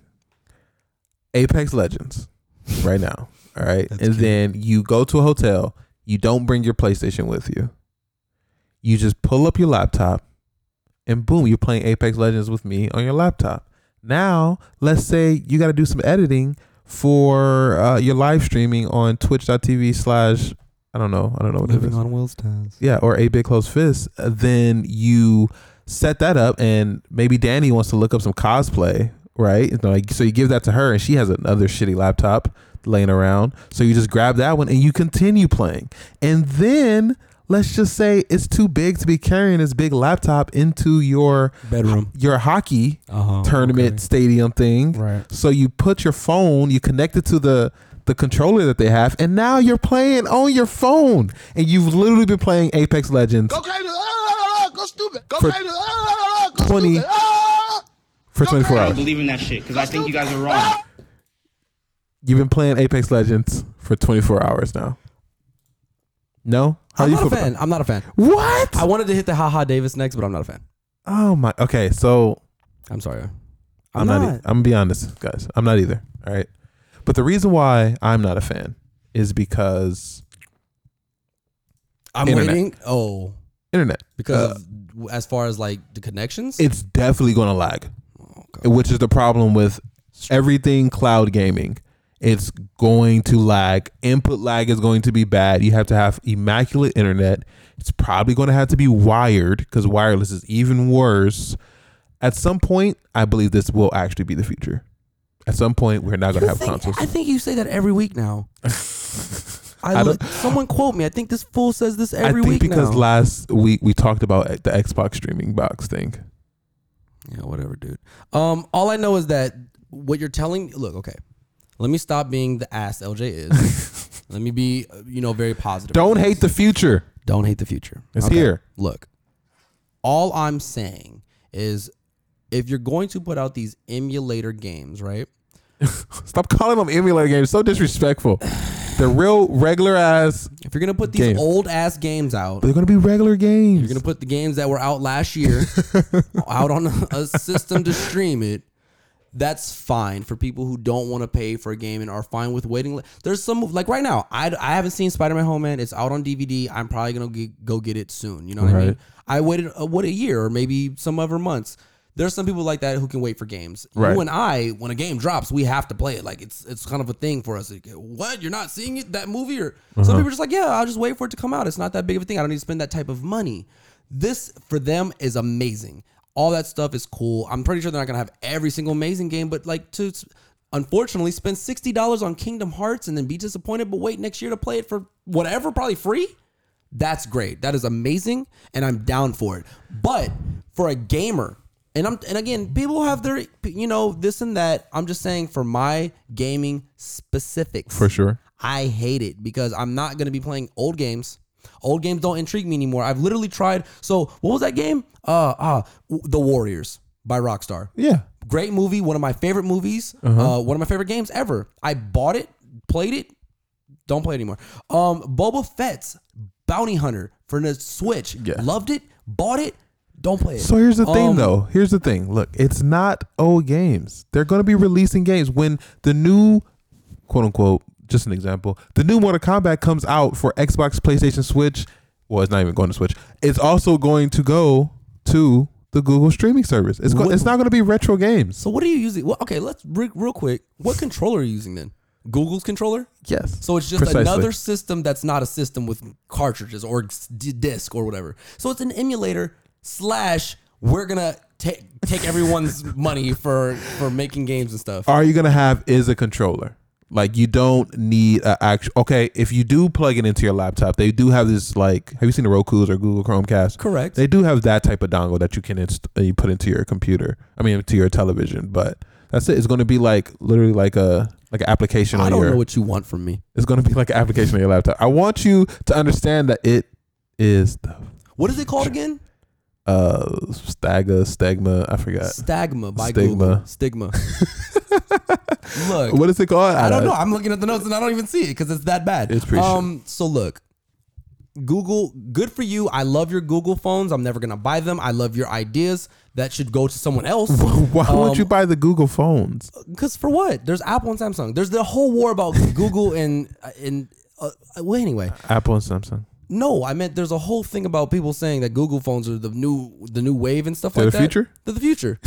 Speaker 1: Apex Legends right now. All right. and then you go to a hotel. You don't bring your PlayStation with you. You just pull up your laptop and boom, you're playing Apex Legends with me on your laptop. Now, let's say you got to do some editing for uh, your live streaming on twitch.tv slash, I don't know. I don't know what it is
Speaker 2: on Will's terms.
Speaker 1: yeah, or a big closed fist, uh, then you set that up, and maybe Danny wants to look up some cosplay, right? And like, so you give that to her, and she has another shitty laptop laying around. So you just grab that one, and you continue playing. And then let's just say it's too big to be carrying this big laptop into your
Speaker 2: Bedroom
Speaker 1: your hockey
Speaker 2: uh-huh.
Speaker 1: tournament stadium thing.
Speaker 2: Right.
Speaker 1: So you put your phone, you connect it to the the controller that they have, and now you're playing on your phone, and you've literally been playing Apex Legends
Speaker 3: Go crazy. Ah, go stupid. Go
Speaker 1: For
Speaker 3: crazy. Ah, go
Speaker 1: 20
Speaker 3: stupid. Ah.
Speaker 1: for 24
Speaker 4: I don't
Speaker 1: hours.
Speaker 4: believe in that shit because I think you guys are wrong.
Speaker 3: Ah.
Speaker 1: You've been playing Apex Legends for 24 hours now. No, how
Speaker 2: I'm
Speaker 1: you
Speaker 2: not a
Speaker 1: feel?
Speaker 2: fan.
Speaker 1: about
Speaker 2: I'm not a fan.
Speaker 1: that? What?
Speaker 2: I wanted to hit the haha Davis next, but I'm not a fan.
Speaker 1: oh my. Okay, so
Speaker 2: I'm sorry.
Speaker 1: I'm, not. e- I'm gonna be honest, guys. I'm not either. All right. But the reason why I'm not a fan is because
Speaker 2: I'm
Speaker 1: Internet.
Speaker 2: waiting. Oh,
Speaker 1: internet. Uh,
Speaker 2: because of, as far as like the connections,
Speaker 1: It's definitely gonna lag.
Speaker 2: Oh, God.
Speaker 1: which is the problem with everything cloud gaming. It's going to lag. Input lag is going to be bad. You have to have immaculate internet. It's probably going to have to be wired because wireless is even worse. At some point, I believe this will actually be the future. At some point, we're not going to
Speaker 2: You
Speaker 1: have
Speaker 2: think-
Speaker 1: consoles.
Speaker 2: I think you say that every week now. I,
Speaker 1: I
Speaker 2: li-
Speaker 1: don't-
Speaker 2: someone quote me. I think this fool says this
Speaker 1: I
Speaker 2: every
Speaker 1: think
Speaker 2: week
Speaker 1: because
Speaker 2: now.
Speaker 1: last week we talked about the Xbox streaming box thing.
Speaker 2: Yeah, whatever, dude. Um, all I know is that what you're telling. Look, okay. Let me stop being the ass LJ is. Let me be, uh, you know, very positive.
Speaker 1: Don't hate the future.
Speaker 2: Don't hate the future.
Speaker 1: It's here.
Speaker 2: Look, all I'm saying is if you're going to put out these emulator games, right?
Speaker 1: Stop calling them emulator games. So disrespectful. They're real regular ass.
Speaker 2: If you're going to put these
Speaker 1: Games.
Speaker 2: old ass games out,
Speaker 1: They're gonna be regular games.
Speaker 2: you're going to put the games that were out last year out on a, a system to stream it. That's fine for people who don't want to pay for a game and are fine with waiting. li- There's some like right now. I, I haven't seen Spider-Man Home Man. It's out on DVD. I'm probably gonna get, go get it soon. You know what I mean?
Speaker 1: Right.
Speaker 2: I waited uh, what a year or maybe some other months. There's some people like that who can wait for games.
Speaker 1: Right.
Speaker 2: You and I, when a game drops, we have to play it. Like it's it's kind of a thing for us. Like, what you're not seeing it that movie or some people are just like yeah, I'll just wait for it to come out. It's not that big of a thing. I don't need to spend that type of money. This for them is amazing. All that stuff is cool. I'm pretty sure they're not gonna have every single amazing game, but like to s- unfortunately spend sixty dollars on Kingdom Hearts and then be disappointed, but wait next year to play it for whatever, probably free. That's great. That is amazing, and I'm down for it. But for a gamer, and I'm and again, people have their you know this and that. I'm just saying for my gaming specifics.
Speaker 1: for sure.
Speaker 2: I hate it because I'm not gonna be playing old games. Old games don't intrigue me anymore. I've literally tried. So what was that game? Uh, uh The Warriors by Rockstar
Speaker 1: Yeah.
Speaker 2: great movie, one of my favorite movies, uh
Speaker 1: Uh-huh.
Speaker 2: one of my favorite games ever. I bought it, played it, don't play it anymore. Um, Boba Fett's Bounty Hunter for the Switch,
Speaker 1: Yeah.
Speaker 2: loved it, bought it, don't play it.
Speaker 1: So here's the thing,
Speaker 2: Um,
Speaker 1: though. Here's the thing. Look, it's not old games. They're going to be releasing games when the new, quote unquote, just an example, the new Mortal Kombat comes out for Xbox, PlayStation, Switch. Well, it's not even going to Switch. It's also going to go to the Google streaming service. It's go-
Speaker 2: What-
Speaker 1: it's not going to be retro games.
Speaker 2: So what are you using? Well, okay, let's re- real quick. What controller are you using then? Google's controller.
Speaker 1: Yes.
Speaker 2: So it's just
Speaker 1: Precisely.
Speaker 2: another system that's not a system with cartridges or s- d- disc or whatever. So it's an emulator slash we're gonna take take everyone's money for for making games and stuff.
Speaker 1: are you gonna have is a controller. Like you don't need a actual. Okay, if you do plug it into your laptop, they do have this like. Have you seen the Roku's or Google Chromecast?
Speaker 2: Correct.
Speaker 1: They do have that type of dongle that you can inst- uh, you put into your computer. I mean, to your television. But that's it. It's gonna be like literally like a like an application
Speaker 2: I
Speaker 1: on
Speaker 2: don't
Speaker 1: your.
Speaker 2: know what you want from me.
Speaker 1: it's gonna be like an application on your laptop. I want you to understand that it is the
Speaker 2: What is it called again?
Speaker 1: uh staga stigma. I forgot.
Speaker 2: Stagma by
Speaker 1: uh, Stigma.
Speaker 2: Google. Stigma. look,
Speaker 1: What is it called?
Speaker 2: I don't know. I'm looking at the notes and I don't even see it because it's that bad.
Speaker 1: It's pretty
Speaker 2: Um. So look, Google, good for you. I love your Google phones. I'm never gonna buy them. I love your ideas. That should go to someone else.
Speaker 1: Why would
Speaker 2: Um,
Speaker 1: you buy the Google phones?
Speaker 2: Because for what? There's Apple and Samsung. There's the whole war about Google and and. Uh, well, anyway,
Speaker 1: Apple and Samsung.
Speaker 2: no, I meant there's a whole thing about people saying that Google phones are the new the new wave and stuff
Speaker 1: They're
Speaker 2: like
Speaker 1: the
Speaker 2: that.
Speaker 1: future?
Speaker 2: They're the future,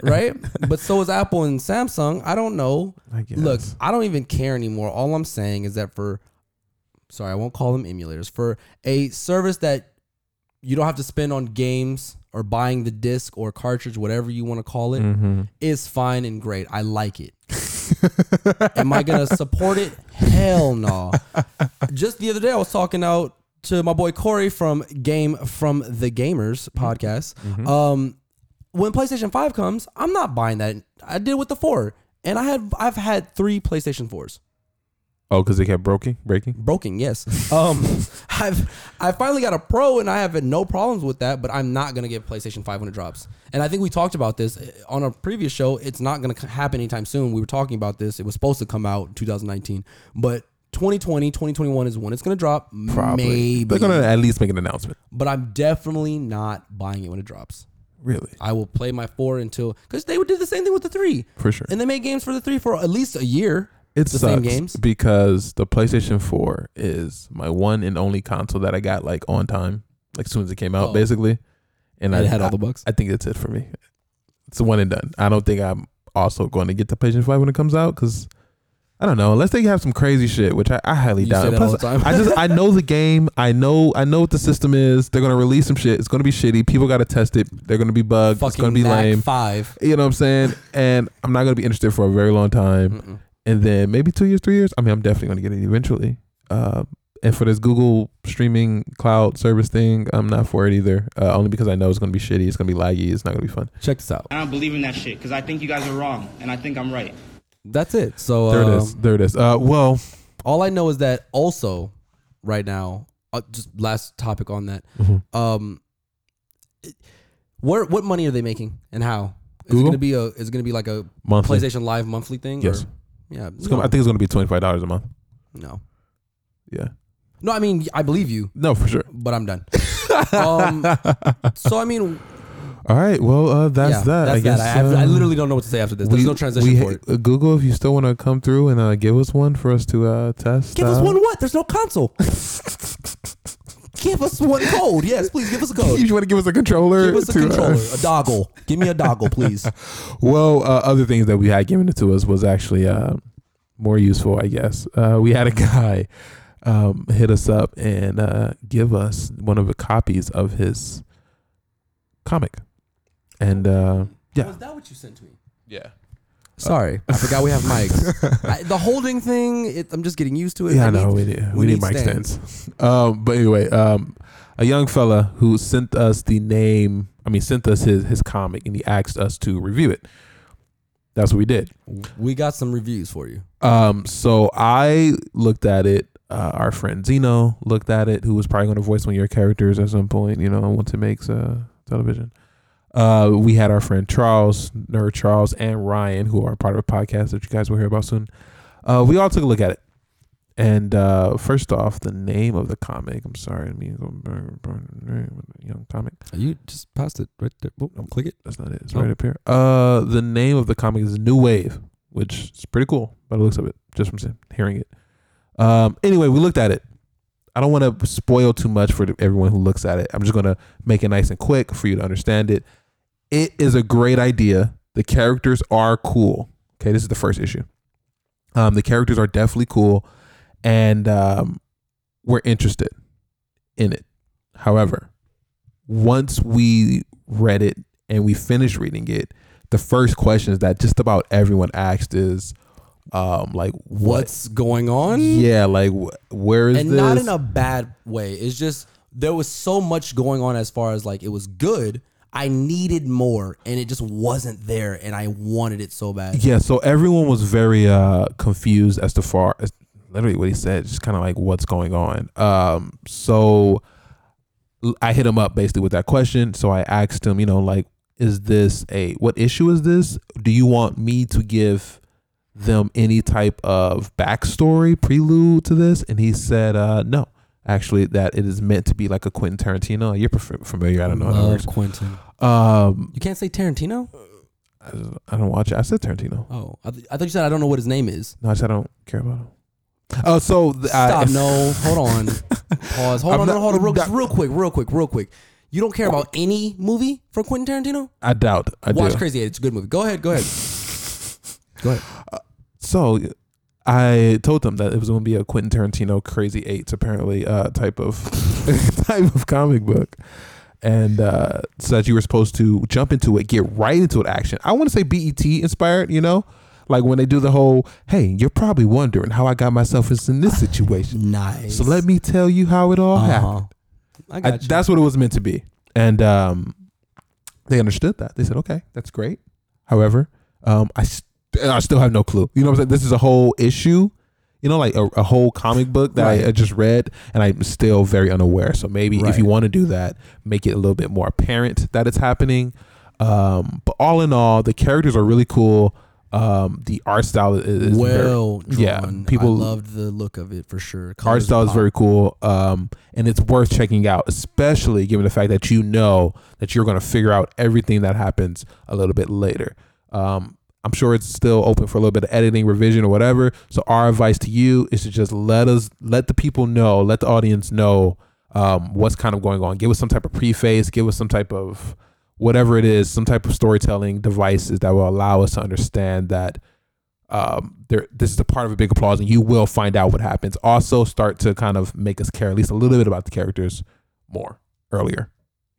Speaker 2: right? But so is Apple and Samsung. I don't know.
Speaker 1: I guess.
Speaker 2: Look, I don't even care anymore. All I'm saying is that for, sorry, I won't call them emulators for a service that you don't have to spend on games or buying the disc or cartridge, whatever you want to call it, is
Speaker 1: Mm. Mm-hmm.
Speaker 2: fine and great. I like it. Am I gonna support it? Hell no. Just the other day, I was talking out to my boy Corey from Game from the Gamers podcast. Um, when PlayStation Five comes, I'm not buying that. I did with the four, and I had I've had three PlayStation fours.
Speaker 1: Oh, because they kept breaking, breaking.
Speaker 2: Broken, yes. Um, I've I finally got a pro, and I have had no problems with that. But I'm not gonna get PlayStation 5 when it drops. And I think we talked about this eh, on a previous show. It's not gonna c- happen anytime soon. We were talking about this. It was supposed to come out in 2019, but 2020, 2021 is when it's gonna drop. Maybe,
Speaker 1: They're gonna at least make an announcement.
Speaker 2: but I'm definitely not buying it when it drops.
Speaker 1: Really?
Speaker 2: I will play my four until because they would do the same thing with the three
Speaker 1: For sure.
Speaker 2: and they made games for the three for at least a year.
Speaker 1: It
Speaker 2: the
Speaker 1: sucks
Speaker 2: same games.
Speaker 1: because the PlayStation 4 is my one and only console that I got like on time, like soon as it came out,
Speaker 2: Oh.
Speaker 1: basically. And
Speaker 2: And
Speaker 1: I
Speaker 2: it had all the bugs.
Speaker 1: I think that's it for me. It's a one and done. I don't think I'm also going to get the PlayStation 5 when it comes out because I don't know. Unless they have some crazy shit, which I, I highly
Speaker 2: You
Speaker 1: doubt.
Speaker 2: say that all the time.
Speaker 1: I just I know the game. I know I know what the system is. They're gonna release some shit. It's gonna be shitty. People gotta test it. They're gonna be bugged.
Speaker 2: Fucking
Speaker 1: it's gonna be
Speaker 2: Mac
Speaker 1: lame.
Speaker 2: Five.
Speaker 1: You know what I'm saying? And I'm not gonna be interested for a very long time.
Speaker 2: Mm-mm.
Speaker 1: And then maybe two years, three years. I mean, I'm definitely gonna get it eventually. Uh, and for this Google streaming cloud service thing, I'm not for it either. Uh, only because I know it's gonna be shitty. It's gonna be laggy. It's not gonna be fun.
Speaker 2: Check this out.
Speaker 4: I don't believe in that shit because I think you guys are wrong and I think I'm right.
Speaker 2: That's it. So
Speaker 1: There
Speaker 2: um,
Speaker 1: it is. There it is. Uh, well,
Speaker 2: All I know is that also right now, uh, just last topic on that.
Speaker 1: Mm-hmm.
Speaker 2: Um, it- where what money are they making and how? Is it
Speaker 1: Google?
Speaker 2: gonna be a? Is it gonna be like a
Speaker 1: Monthly.
Speaker 2: PlayStation Live monthly thing?
Speaker 1: Yes.
Speaker 2: Or, yeah.
Speaker 1: It's gonna- I
Speaker 2: no,
Speaker 1: think it's going to be twenty five dollars a month.
Speaker 2: no.
Speaker 1: Yeah.
Speaker 2: No, I mean I believe you,
Speaker 1: No, for sure.
Speaker 2: but I'm done. um, so I mean,
Speaker 1: All right. Well, uh, that's
Speaker 2: yeah,
Speaker 1: that.
Speaker 2: That's
Speaker 1: I guess
Speaker 2: that. I, have, I
Speaker 1: uh,
Speaker 2: literally don't know what to say after this.
Speaker 1: we-
Speaker 2: There's no transition
Speaker 1: we-
Speaker 2: for it.
Speaker 1: uh, Google, if you still want to come through and uh, give us one for us to uh, test.
Speaker 2: Give us
Speaker 1: out.
Speaker 2: one what? There's no console. give us one code. Yes, please give us a code.
Speaker 1: If you want to give us a controller,
Speaker 2: Give us a
Speaker 1: to, uh,
Speaker 2: controller, a doggle. Give me a doggle, please.
Speaker 1: well, uh, other things that we had given it to us was actually uh, more useful, I guess. Uh, we had a guy um, hit us up and uh, give us one of the copies of his comic, and uh, yeah,
Speaker 2: Was that what you sent to me?
Speaker 1: yeah,
Speaker 2: Sorry, I forgot we have mics. I, the holding thing, it, I'm just getting used to it.
Speaker 1: yeah. I
Speaker 2: need-
Speaker 1: know we need, we need mic
Speaker 2: stands.
Speaker 1: stands. Um, but anyway, um, a young fella who sent us the name, I mean, sent us his his comic, and he asked us to review it. That's what we did.
Speaker 2: We got some reviews for you.
Speaker 1: Um, so I looked at it. Uh, our friend Zeno looked at it, who was probably going to voice one of your characters at some point, you know, once it makes uh, television. Uh, we had our friend Charles, Nerd Charles, and Ryan, who are part of a podcast that you guys will hear about soon. Uh, we all took a look at it. And uh, first off, the name of the comic. I'm sorry, I mean, young comic.
Speaker 2: You just passed it right there. click it.
Speaker 1: That's not it. It's
Speaker 2: Oh.
Speaker 1: right up here. Uh, the name of the comic is New Wave, which is pretty cool by the looks of it, just from se- hearing it. Um, anyway, we looked at it. I don't want to spoil too much for the- everyone who looks at it. I'm just going to make it nice and quick for you to understand it. It is a great idea. The characters are cool. Okay, this is the first issue. Um, the characters are definitely cool, and um, we're interested in it. However, once we read it and we finished reading it, the first questions that just about everyone asked is, um, like what?
Speaker 2: What's going on?
Speaker 1: Yeah, like wh- where is
Speaker 2: Mm. and
Speaker 1: this?
Speaker 2: not in a bad way. It's just there was so much going on as far as like it was good. I needed more, and it just wasn't there, and I wanted it so bad.
Speaker 1: yeah, so everyone was very uh confused as to far as literally what he said, just kind of like what's going on. Um, so l- I hit him up basically with that question. So I asked him, you know, like, is this a what issue is this? Do you want me to give them any type of backstory prelude to this? And he said, uh, no. Actually, that it is meant to be like a Quentin Tarantino. You're pref- familiar. I don't know. how that
Speaker 2: Love
Speaker 1: works.
Speaker 2: Quentin.
Speaker 1: Um,
Speaker 2: You can't say Tarantino.
Speaker 1: I don't watch it. I said Tarantino.
Speaker 2: Oh, I, th- I thought you said I don't know what his name is.
Speaker 1: No, I said I don't care about him. Oh, so th-
Speaker 2: Stop.
Speaker 1: I,
Speaker 2: no, hold on. Pause. Hold
Speaker 1: I'm
Speaker 2: on.
Speaker 1: not-
Speaker 2: no, hold on. Real, just
Speaker 1: not-
Speaker 2: real quick. Real quick. Real quick. You don't care about any movie for Quentin Tarantino?
Speaker 1: I doubt. I
Speaker 2: Watch
Speaker 1: do.
Speaker 2: Crazy Eight. It's a good movie. Go ahead. Go ahead. go ahead.
Speaker 1: Uh, So I told them that it was going to be a Quentin Tarantino Crazy Eights, apparently, uh, type of type of comic book, and uh, so that you were supposed to jump into it, get right into it, action. I want to say BET inspired, you know. Like when they do the whole, hey, you're probably wondering how I got myself in this situation.
Speaker 2: Nice.
Speaker 1: So let me tell you how it
Speaker 2: Uh-huh.
Speaker 1: all happened. Uh-huh.
Speaker 2: I
Speaker 1: I-
Speaker 2: got you.
Speaker 1: that's what it was meant to be. And um, they understood that. They said, okay, that's great. However, um, I, st- I still have no clue. You know what I'm saying? This is a whole issue, you know, like a, a whole comic book that
Speaker 2: Right.
Speaker 1: I, I just read, and I'm still very unaware. So maybe if you
Speaker 2: Right.
Speaker 1: want to do that, make it a little bit more apparent that it's happening. Um, but all in all, the characters are really cool. Um, the art style is, is very-
Speaker 2: well drawn.
Speaker 1: yeah,
Speaker 2: people
Speaker 1: people-
Speaker 2: loved the look of it for sure.
Speaker 1: art
Speaker 2: Colors
Speaker 1: style is
Speaker 2: pop.
Speaker 1: very cool um, and it's worth checking out especially given the fact that you know that you're going to figure out everything that happens a little bit later um, i'm sure it's still open for a little bit of editing revision or whatever so our advice to you is to just let us let the people know let the audience know um, what's kind of going on give us some type of preface give us some type of whatever it is some type of storytelling devices that will allow us to understand that um, there this is a part of a big applause and you will find out what happens also start to kind of make us care at least a little bit about the characters more earlier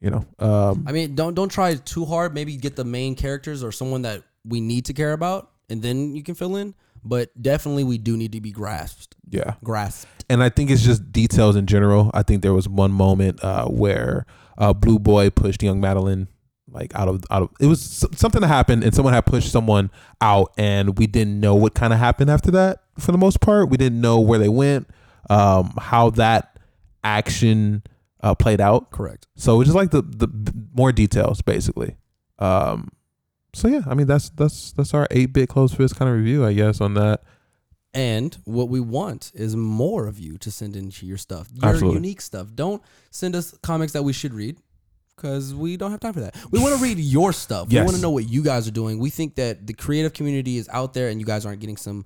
Speaker 1: you know um
Speaker 2: I mean, don't don't try too hard. Maybe get the main characters or someone that we need to care about, and then you can fill in. But definitely, we do need to be grasped.
Speaker 1: yeah
Speaker 2: Grasped.
Speaker 1: and i think it's just details in general i think there was one moment uh where uh blue boy pushed young madeline like out of out of it was so- something that happened and someone had pushed someone out and we didn't know what kind of happened after that for the most part we didn't know where they went um how that action uh played out
Speaker 2: Correct.
Speaker 1: so it's just like the the b- more details basically um so yeah i mean that's that's that's our 8-bit closed fist kind of review i guess on that
Speaker 2: And what we want is more of you to send in your stuff, your
Speaker 1: Absolutely.
Speaker 2: unique stuff. Don't send us comics that we should read because we don't have time for that. We want to read your stuff. We
Speaker 1: Yes.
Speaker 2: want to know what you guys are doing. We think that the creative community is out there and you guys aren't getting some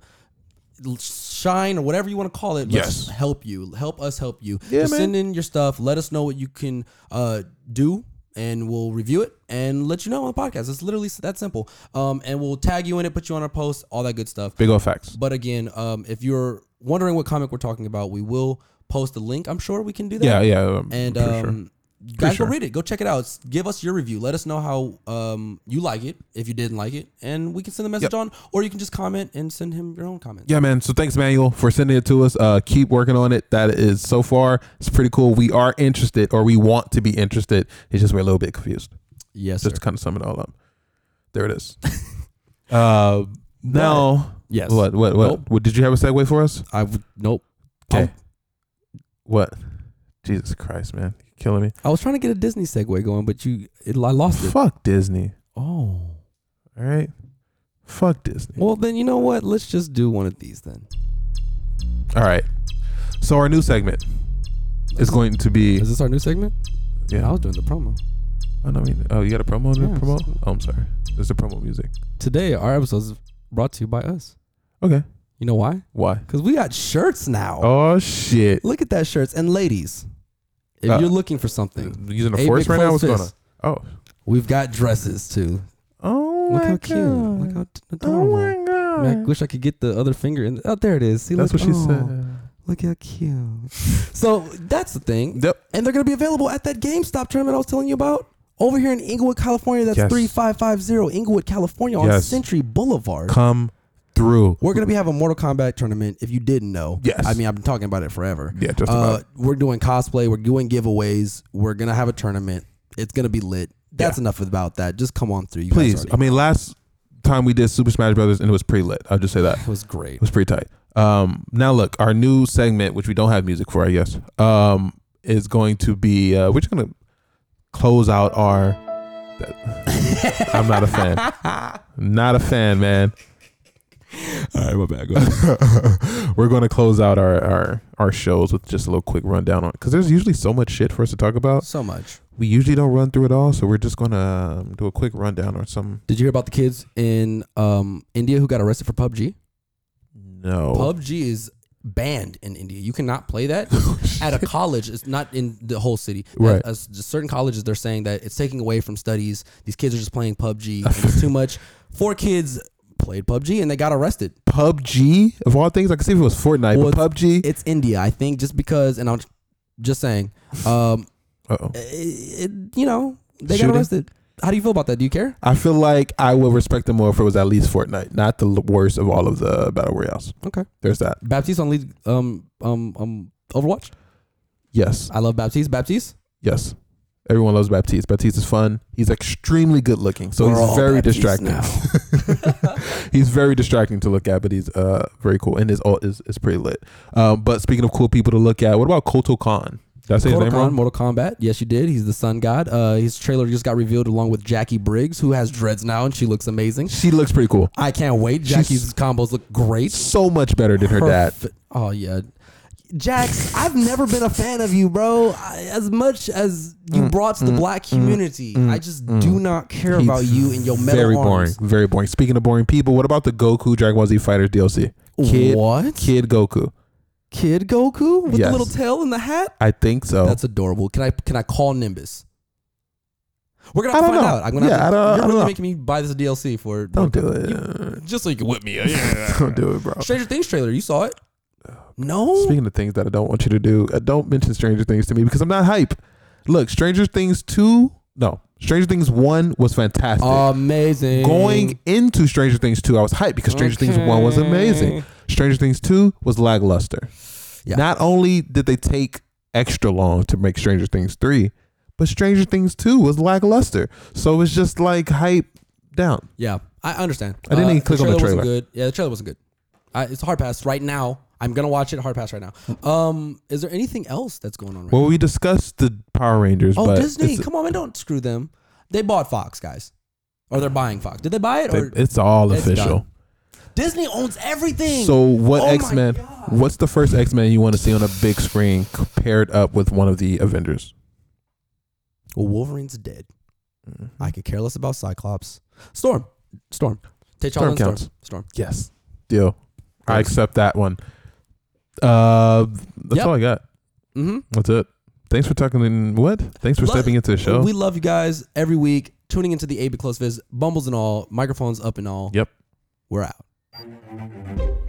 Speaker 2: l- shine or whatever you want to call it. Let's
Speaker 1: Yes.
Speaker 2: help you. Help us help you.
Speaker 1: Yeah,
Speaker 2: Just
Speaker 1: man.
Speaker 2: send in your stuff. Let us know what you can uh, do. And we'll review it and let you know on the podcast. It's literally s- that simple. Um, and we'll tag you in it, put you on our post, all that good stuff.
Speaker 1: big old facts
Speaker 2: But again, um, if you're wondering what comic we're talking about, we will post a link. I'm sure we can do that.
Speaker 1: yeah yeah I'm
Speaker 2: And
Speaker 1: pretty
Speaker 2: um,
Speaker 1: sure.
Speaker 2: you guys
Speaker 1: sure.
Speaker 2: go read it. Go check it out. S- Give us your review. Let us know how um, you like it. If you didn't like it, and we can send the message on, or you can just comment and send him your own comments.
Speaker 1: Yeah, man. So thanks, Manuel, for sending it to us. Uh, keep working on it. That is so far, it's pretty cool. We are interested, or we want to be interested. It's just we're a little bit confused.
Speaker 2: Yes,
Speaker 1: Just to kind of sum it all up. There it is. uh, now,
Speaker 2: Yes.
Speaker 1: What? What? What?
Speaker 2: Nope.
Speaker 1: What? Did you have a segue for us?
Speaker 2: I w- nope.
Speaker 1: Okay.
Speaker 2: Um,
Speaker 1: What? Jesus Christ, man, You're killing me.
Speaker 2: I was trying to get a Disney segue going, but you, it, I lost it.
Speaker 1: Fuck Disney.
Speaker 2: Oh.
Speaker 1: All right. Fuck Disney.
Speaker 2: Well, then you know what? Let's just do one of these then.
Speaker 1: All right. So our new segment is going to be.
Speaker 2: Is this our new segment? I
Speaker 1: Yeah.
Speaker 2: was doing the promo.
Speaker 1: Oh, no, I mean, oh, you got a promo to
Speaker 2: Yeah, it's-
Speaker 1: promote? Oh, I'm sorry. There's the promo music.
Speaker 2: Today, our episode is brought to you by us.
Speaker 1: Okay.
Speaker 2: You know why?
Speaker 1: Why?
Speaker 2: Because we got shirts now.
Speaker 1: Oh shit!
Speaker 2: Look at that shirts. And ladies, if
Speaker 1: Uh,
Speaker 2: you're looking for something,
Speaker 1: Using the
Speaker 2: Eight
Speaker 1: force
Speaker 2: big
Speaker 1: right now. What's
Speaker 2: closed
Speaker 1: going on?
Speaker 2: fists.
Speaker 1: Oh,
Speaker 2: we've got dresses too.
Speaker 1: oh
Speaker 2: Look
Speaker 1: my
Speaker 2: how
Speaker 1: god!
Speaker 2: cute. Look how t-
Speaker 1: oh
Speaker 2: adorable.
Speaker 1: my
Speaker 2: I
Speaker 1: god!
Speaker 2: mean, I wish I could get the other finger in. Oh, there it is. See,
Speaker 1: That's
Speaker 2: look,
Speaker 1: what she
Speaker 2: oh,
Speaker 1: said.
Speaker 2: Look how cute. so that's the thing.
Speaker 1: Yep.
Speaker 2: And they're gonna be available at that GameStop tournament I was telling you about over here in Inglewood, California. That's
Speaker 1: Yes.
Speaker 2: three five five zero Inglewood, California on
Speaker 1: Yes.
Speaker 2: Century Boulevard.
Speaker 1: Come through.
Speaker 2: We're gonna be having a Mortal Kombat tournament. If you didn't know,
Speaker 1: Yes.
Speaker 2: I mean I've been talking about it forever.
Speaker 1: Yeah, just about.
Speaker 2: Uh, we're doing cosplay. We're doing giveaways. We're gonna have a tournament. It's gonna be lit. That's
Speaker 1: Yeah.
Speaker 2: enough about that. Just come on through. You
Speaker 1: Please.
Speaker 2: guys already-
Speaker 1: I mean, last time we did Super Smash Brothers and it was pretty lit. I'll just say that
Speaker 2: it was great.
Speaker 1: it was pretty tight. Um, now look, our new segment, which we don't have music for, I guess, um, is going to be. Uh, we're just gonna close out our. that- I'm not a fan. Not a fan, man.
Speaker 2: All right, my bad.
Speaker 1: we're going to close out our, our our shows with just a little quick rundown on because there's usually so much shit for us to talk about.
Speaker 2: so much.
Speaker 1: We usually don't run through it all, so we're just going to um, do a quick rundown on some.
Speaker 2: Did you hear about the kids in um, India who got arrested for PUBG?
Speaker 1: No,
Speaker 2: PUBG is banned in India. You cannot play that at a college. It's not in the whole city.
Speaker 1: Right.
Speaker 2: At a s- certain colleges, they're saying that it's taking away from studies. These kids are just playing PUBG. and it's too much. Four kids played PUBG and they got arrested.
Speaker 1: PUBG of all things. I could see if it was Fortnite,
Speaker 2: Well,
Speaker 1: but PUBG.
Speaker 2: It's India, I think, just because. And I'm just saying, um,
Speaker 1: Uh-oh.
Speaker 2: it, you know, they
Speaker 1: Shooting?
Speaker 2: got arrested. How do you feel about that? Do you care?
Speaker 1: I feel like I would respect them more if it was at least Fortnite, not the l- worst of all of the battle royales.
Speaker 2: Okay.
Speaker 1: There's that.
Speaker 2: Baptiste on lead, um, um, um, Overwatch.
Speaker 1: Yes,
Speaker 2: I love Baptiste. Baptiste.
Speaker 1: yes. Everyone loves Baptiste. Baptiste is fun. He's extremely good looking, so
Speaker 2: We're all
Speaker 1: he's very
Speaker 2: Baptiste
Speaker 1: distracting.
Speaker 2: now.
Speaker 1: he's very distracting to look at, but he's uh very cool and his alt is, is pretty lit. Um, but speaking of cool people to look at, what about Koto Khan? Did I say his
Speaker 2: Mortal,
Speaker 1: name
Speaker 2: Kombat,
Speaker 1: wrong?
Speaker 2: Mortal Kombat. Yes, you did. He's the sun god. Uh, his trailer just got revealed along with Jackie Briggs, who has dreads now, and she looks amazing.
Speaker 1: She looks pretty cool.
Speaker 2: I can't wait.
Speaker 1: She's-
Speaker 2: Jackie's combos look great.
Speaker 1: So much better than her dad.
Speaker 2: Perf- Oh yeah, Jax. I've never been a fan of you, bro. I, as much as you
Speaker 1: Mm,
Speaker 2: brought to the black community, I just do not care
Speaker 1: He's
Speaker 2: about you and your metal
Speaker 1: Very
Speaker 2: arms.
Speaker 1: boring. Very boring. Speaking of boring people, what about the Goku Dragon Ball Z Fighters DLC? Kid,
Speaker 2: What?
Speaker 1: Kid Goku.
Speaker 2: Kid Goku with the
Speaker 1: Yes. Oh.
Speaker 2: little tail and the hat.
Speaker 1: I think so.
Speaker 2: That's adorable. Can I can I call Nimbus? We're gonna
Speaker 1: I
Speaker 2: have to
Speaker 1: don't
Speaker 2: find
Speaker 1: know.
Speaker 2: out. I'm gonna.
Speaker 1: Yeah, I
Speaker 2: have to,
Speaker 1: don't- I
Speaker 2: you're
Speaker 1: don't
Speaker 2: really
Speaker 1: know.
Speaker 2: making me buy this DLC for
Speaker 1: don't do it.
Speaker 2: just so you can whip me.
Speaker 1: don't do it, bro.
Speaker 2: Stranger Things trailer. You saw it? No.
Speaker 1: Oh, Speaking of things that I don't want you to do, uh, don't mention Stranger Things to me because I'm not hype. Look, Stranger Things 2, no, Stranger Things 1 was fantastic.
Speaker 2: Oh, Amazing.
Speaker 1: Going into Stranger Things 2, I was hyped because Stranger Things 1 was amazing.
Speaker 2: Okay.
Speaker 1: Stranger Things 2 was lackluster.
Speaker 2: Yeah.
Speaker 1: Not only did they take extra long to make Stranger Things 3, But Stranger Things 2 was lackluster. So it's just like hype down.
Speaker 2: Yeah, I understand. Uh,
Speaker 1: I didn't even
Speaker 2: the
Speaker 1: click on the
Speaker 2: Wasn't
Speaker 1: trailer.
Speaker 2: good. Yeah, the trailer wasn't good. I, it's a hard pass right now. I'm gonna watch it. Hard pass right now. Um, is there anything else that's going on right
Speaker 1: Well, we discussed the Power Rangers.
Speaker 2: now? Oh,
Speaker 1: but
Speaker 2: Disney!
Speaker 1: It's,
Speaker 2: Come on, man, don't screw them. They bought Fox, guys, or they're buying Fox. Did they buy it? Or
Speaker 1: it's all
Speaker 2: It's
Speaker 1: official.
Speaker 2: Disney owns everything.
Speaker 1: So what
Speaker 2: Oh my
Speaker 1: X Men?
Speaker 2: God.
Speaker 1: What's the first X Men you want to see on a big screen paired up with one of the Avengers?
Speaker 2: Well, Wolverine's dead.
Speaker 1: Mm-hmm.
Speaker 2: I could care less about Cyclops. Storm, Storm, T'Challa,
Speaker 1: Storm
Speaker 2: and Storm,
Speaker 1: counts.
Speaker 2: Storm.
Speaker 1: Yes, deal. I
Speaker 2: Thanks.
Speaker 1: accept that one. Uh, that's
Speaker 2: Yep.
Speaker 1: all I got.
Speaker 2: Mm-hmm.
Speaker 1: That's it. Thanks for talking. in- What? Thanks for
Speaker 2: Lo-
Speaker 1: stepping into the show.
Speaker 2: We love you guys every week. Tuning into the A B Close Viz, bumbles and all, microphones up and all.
Speaker 1: yep.
Speaker 2: We're out.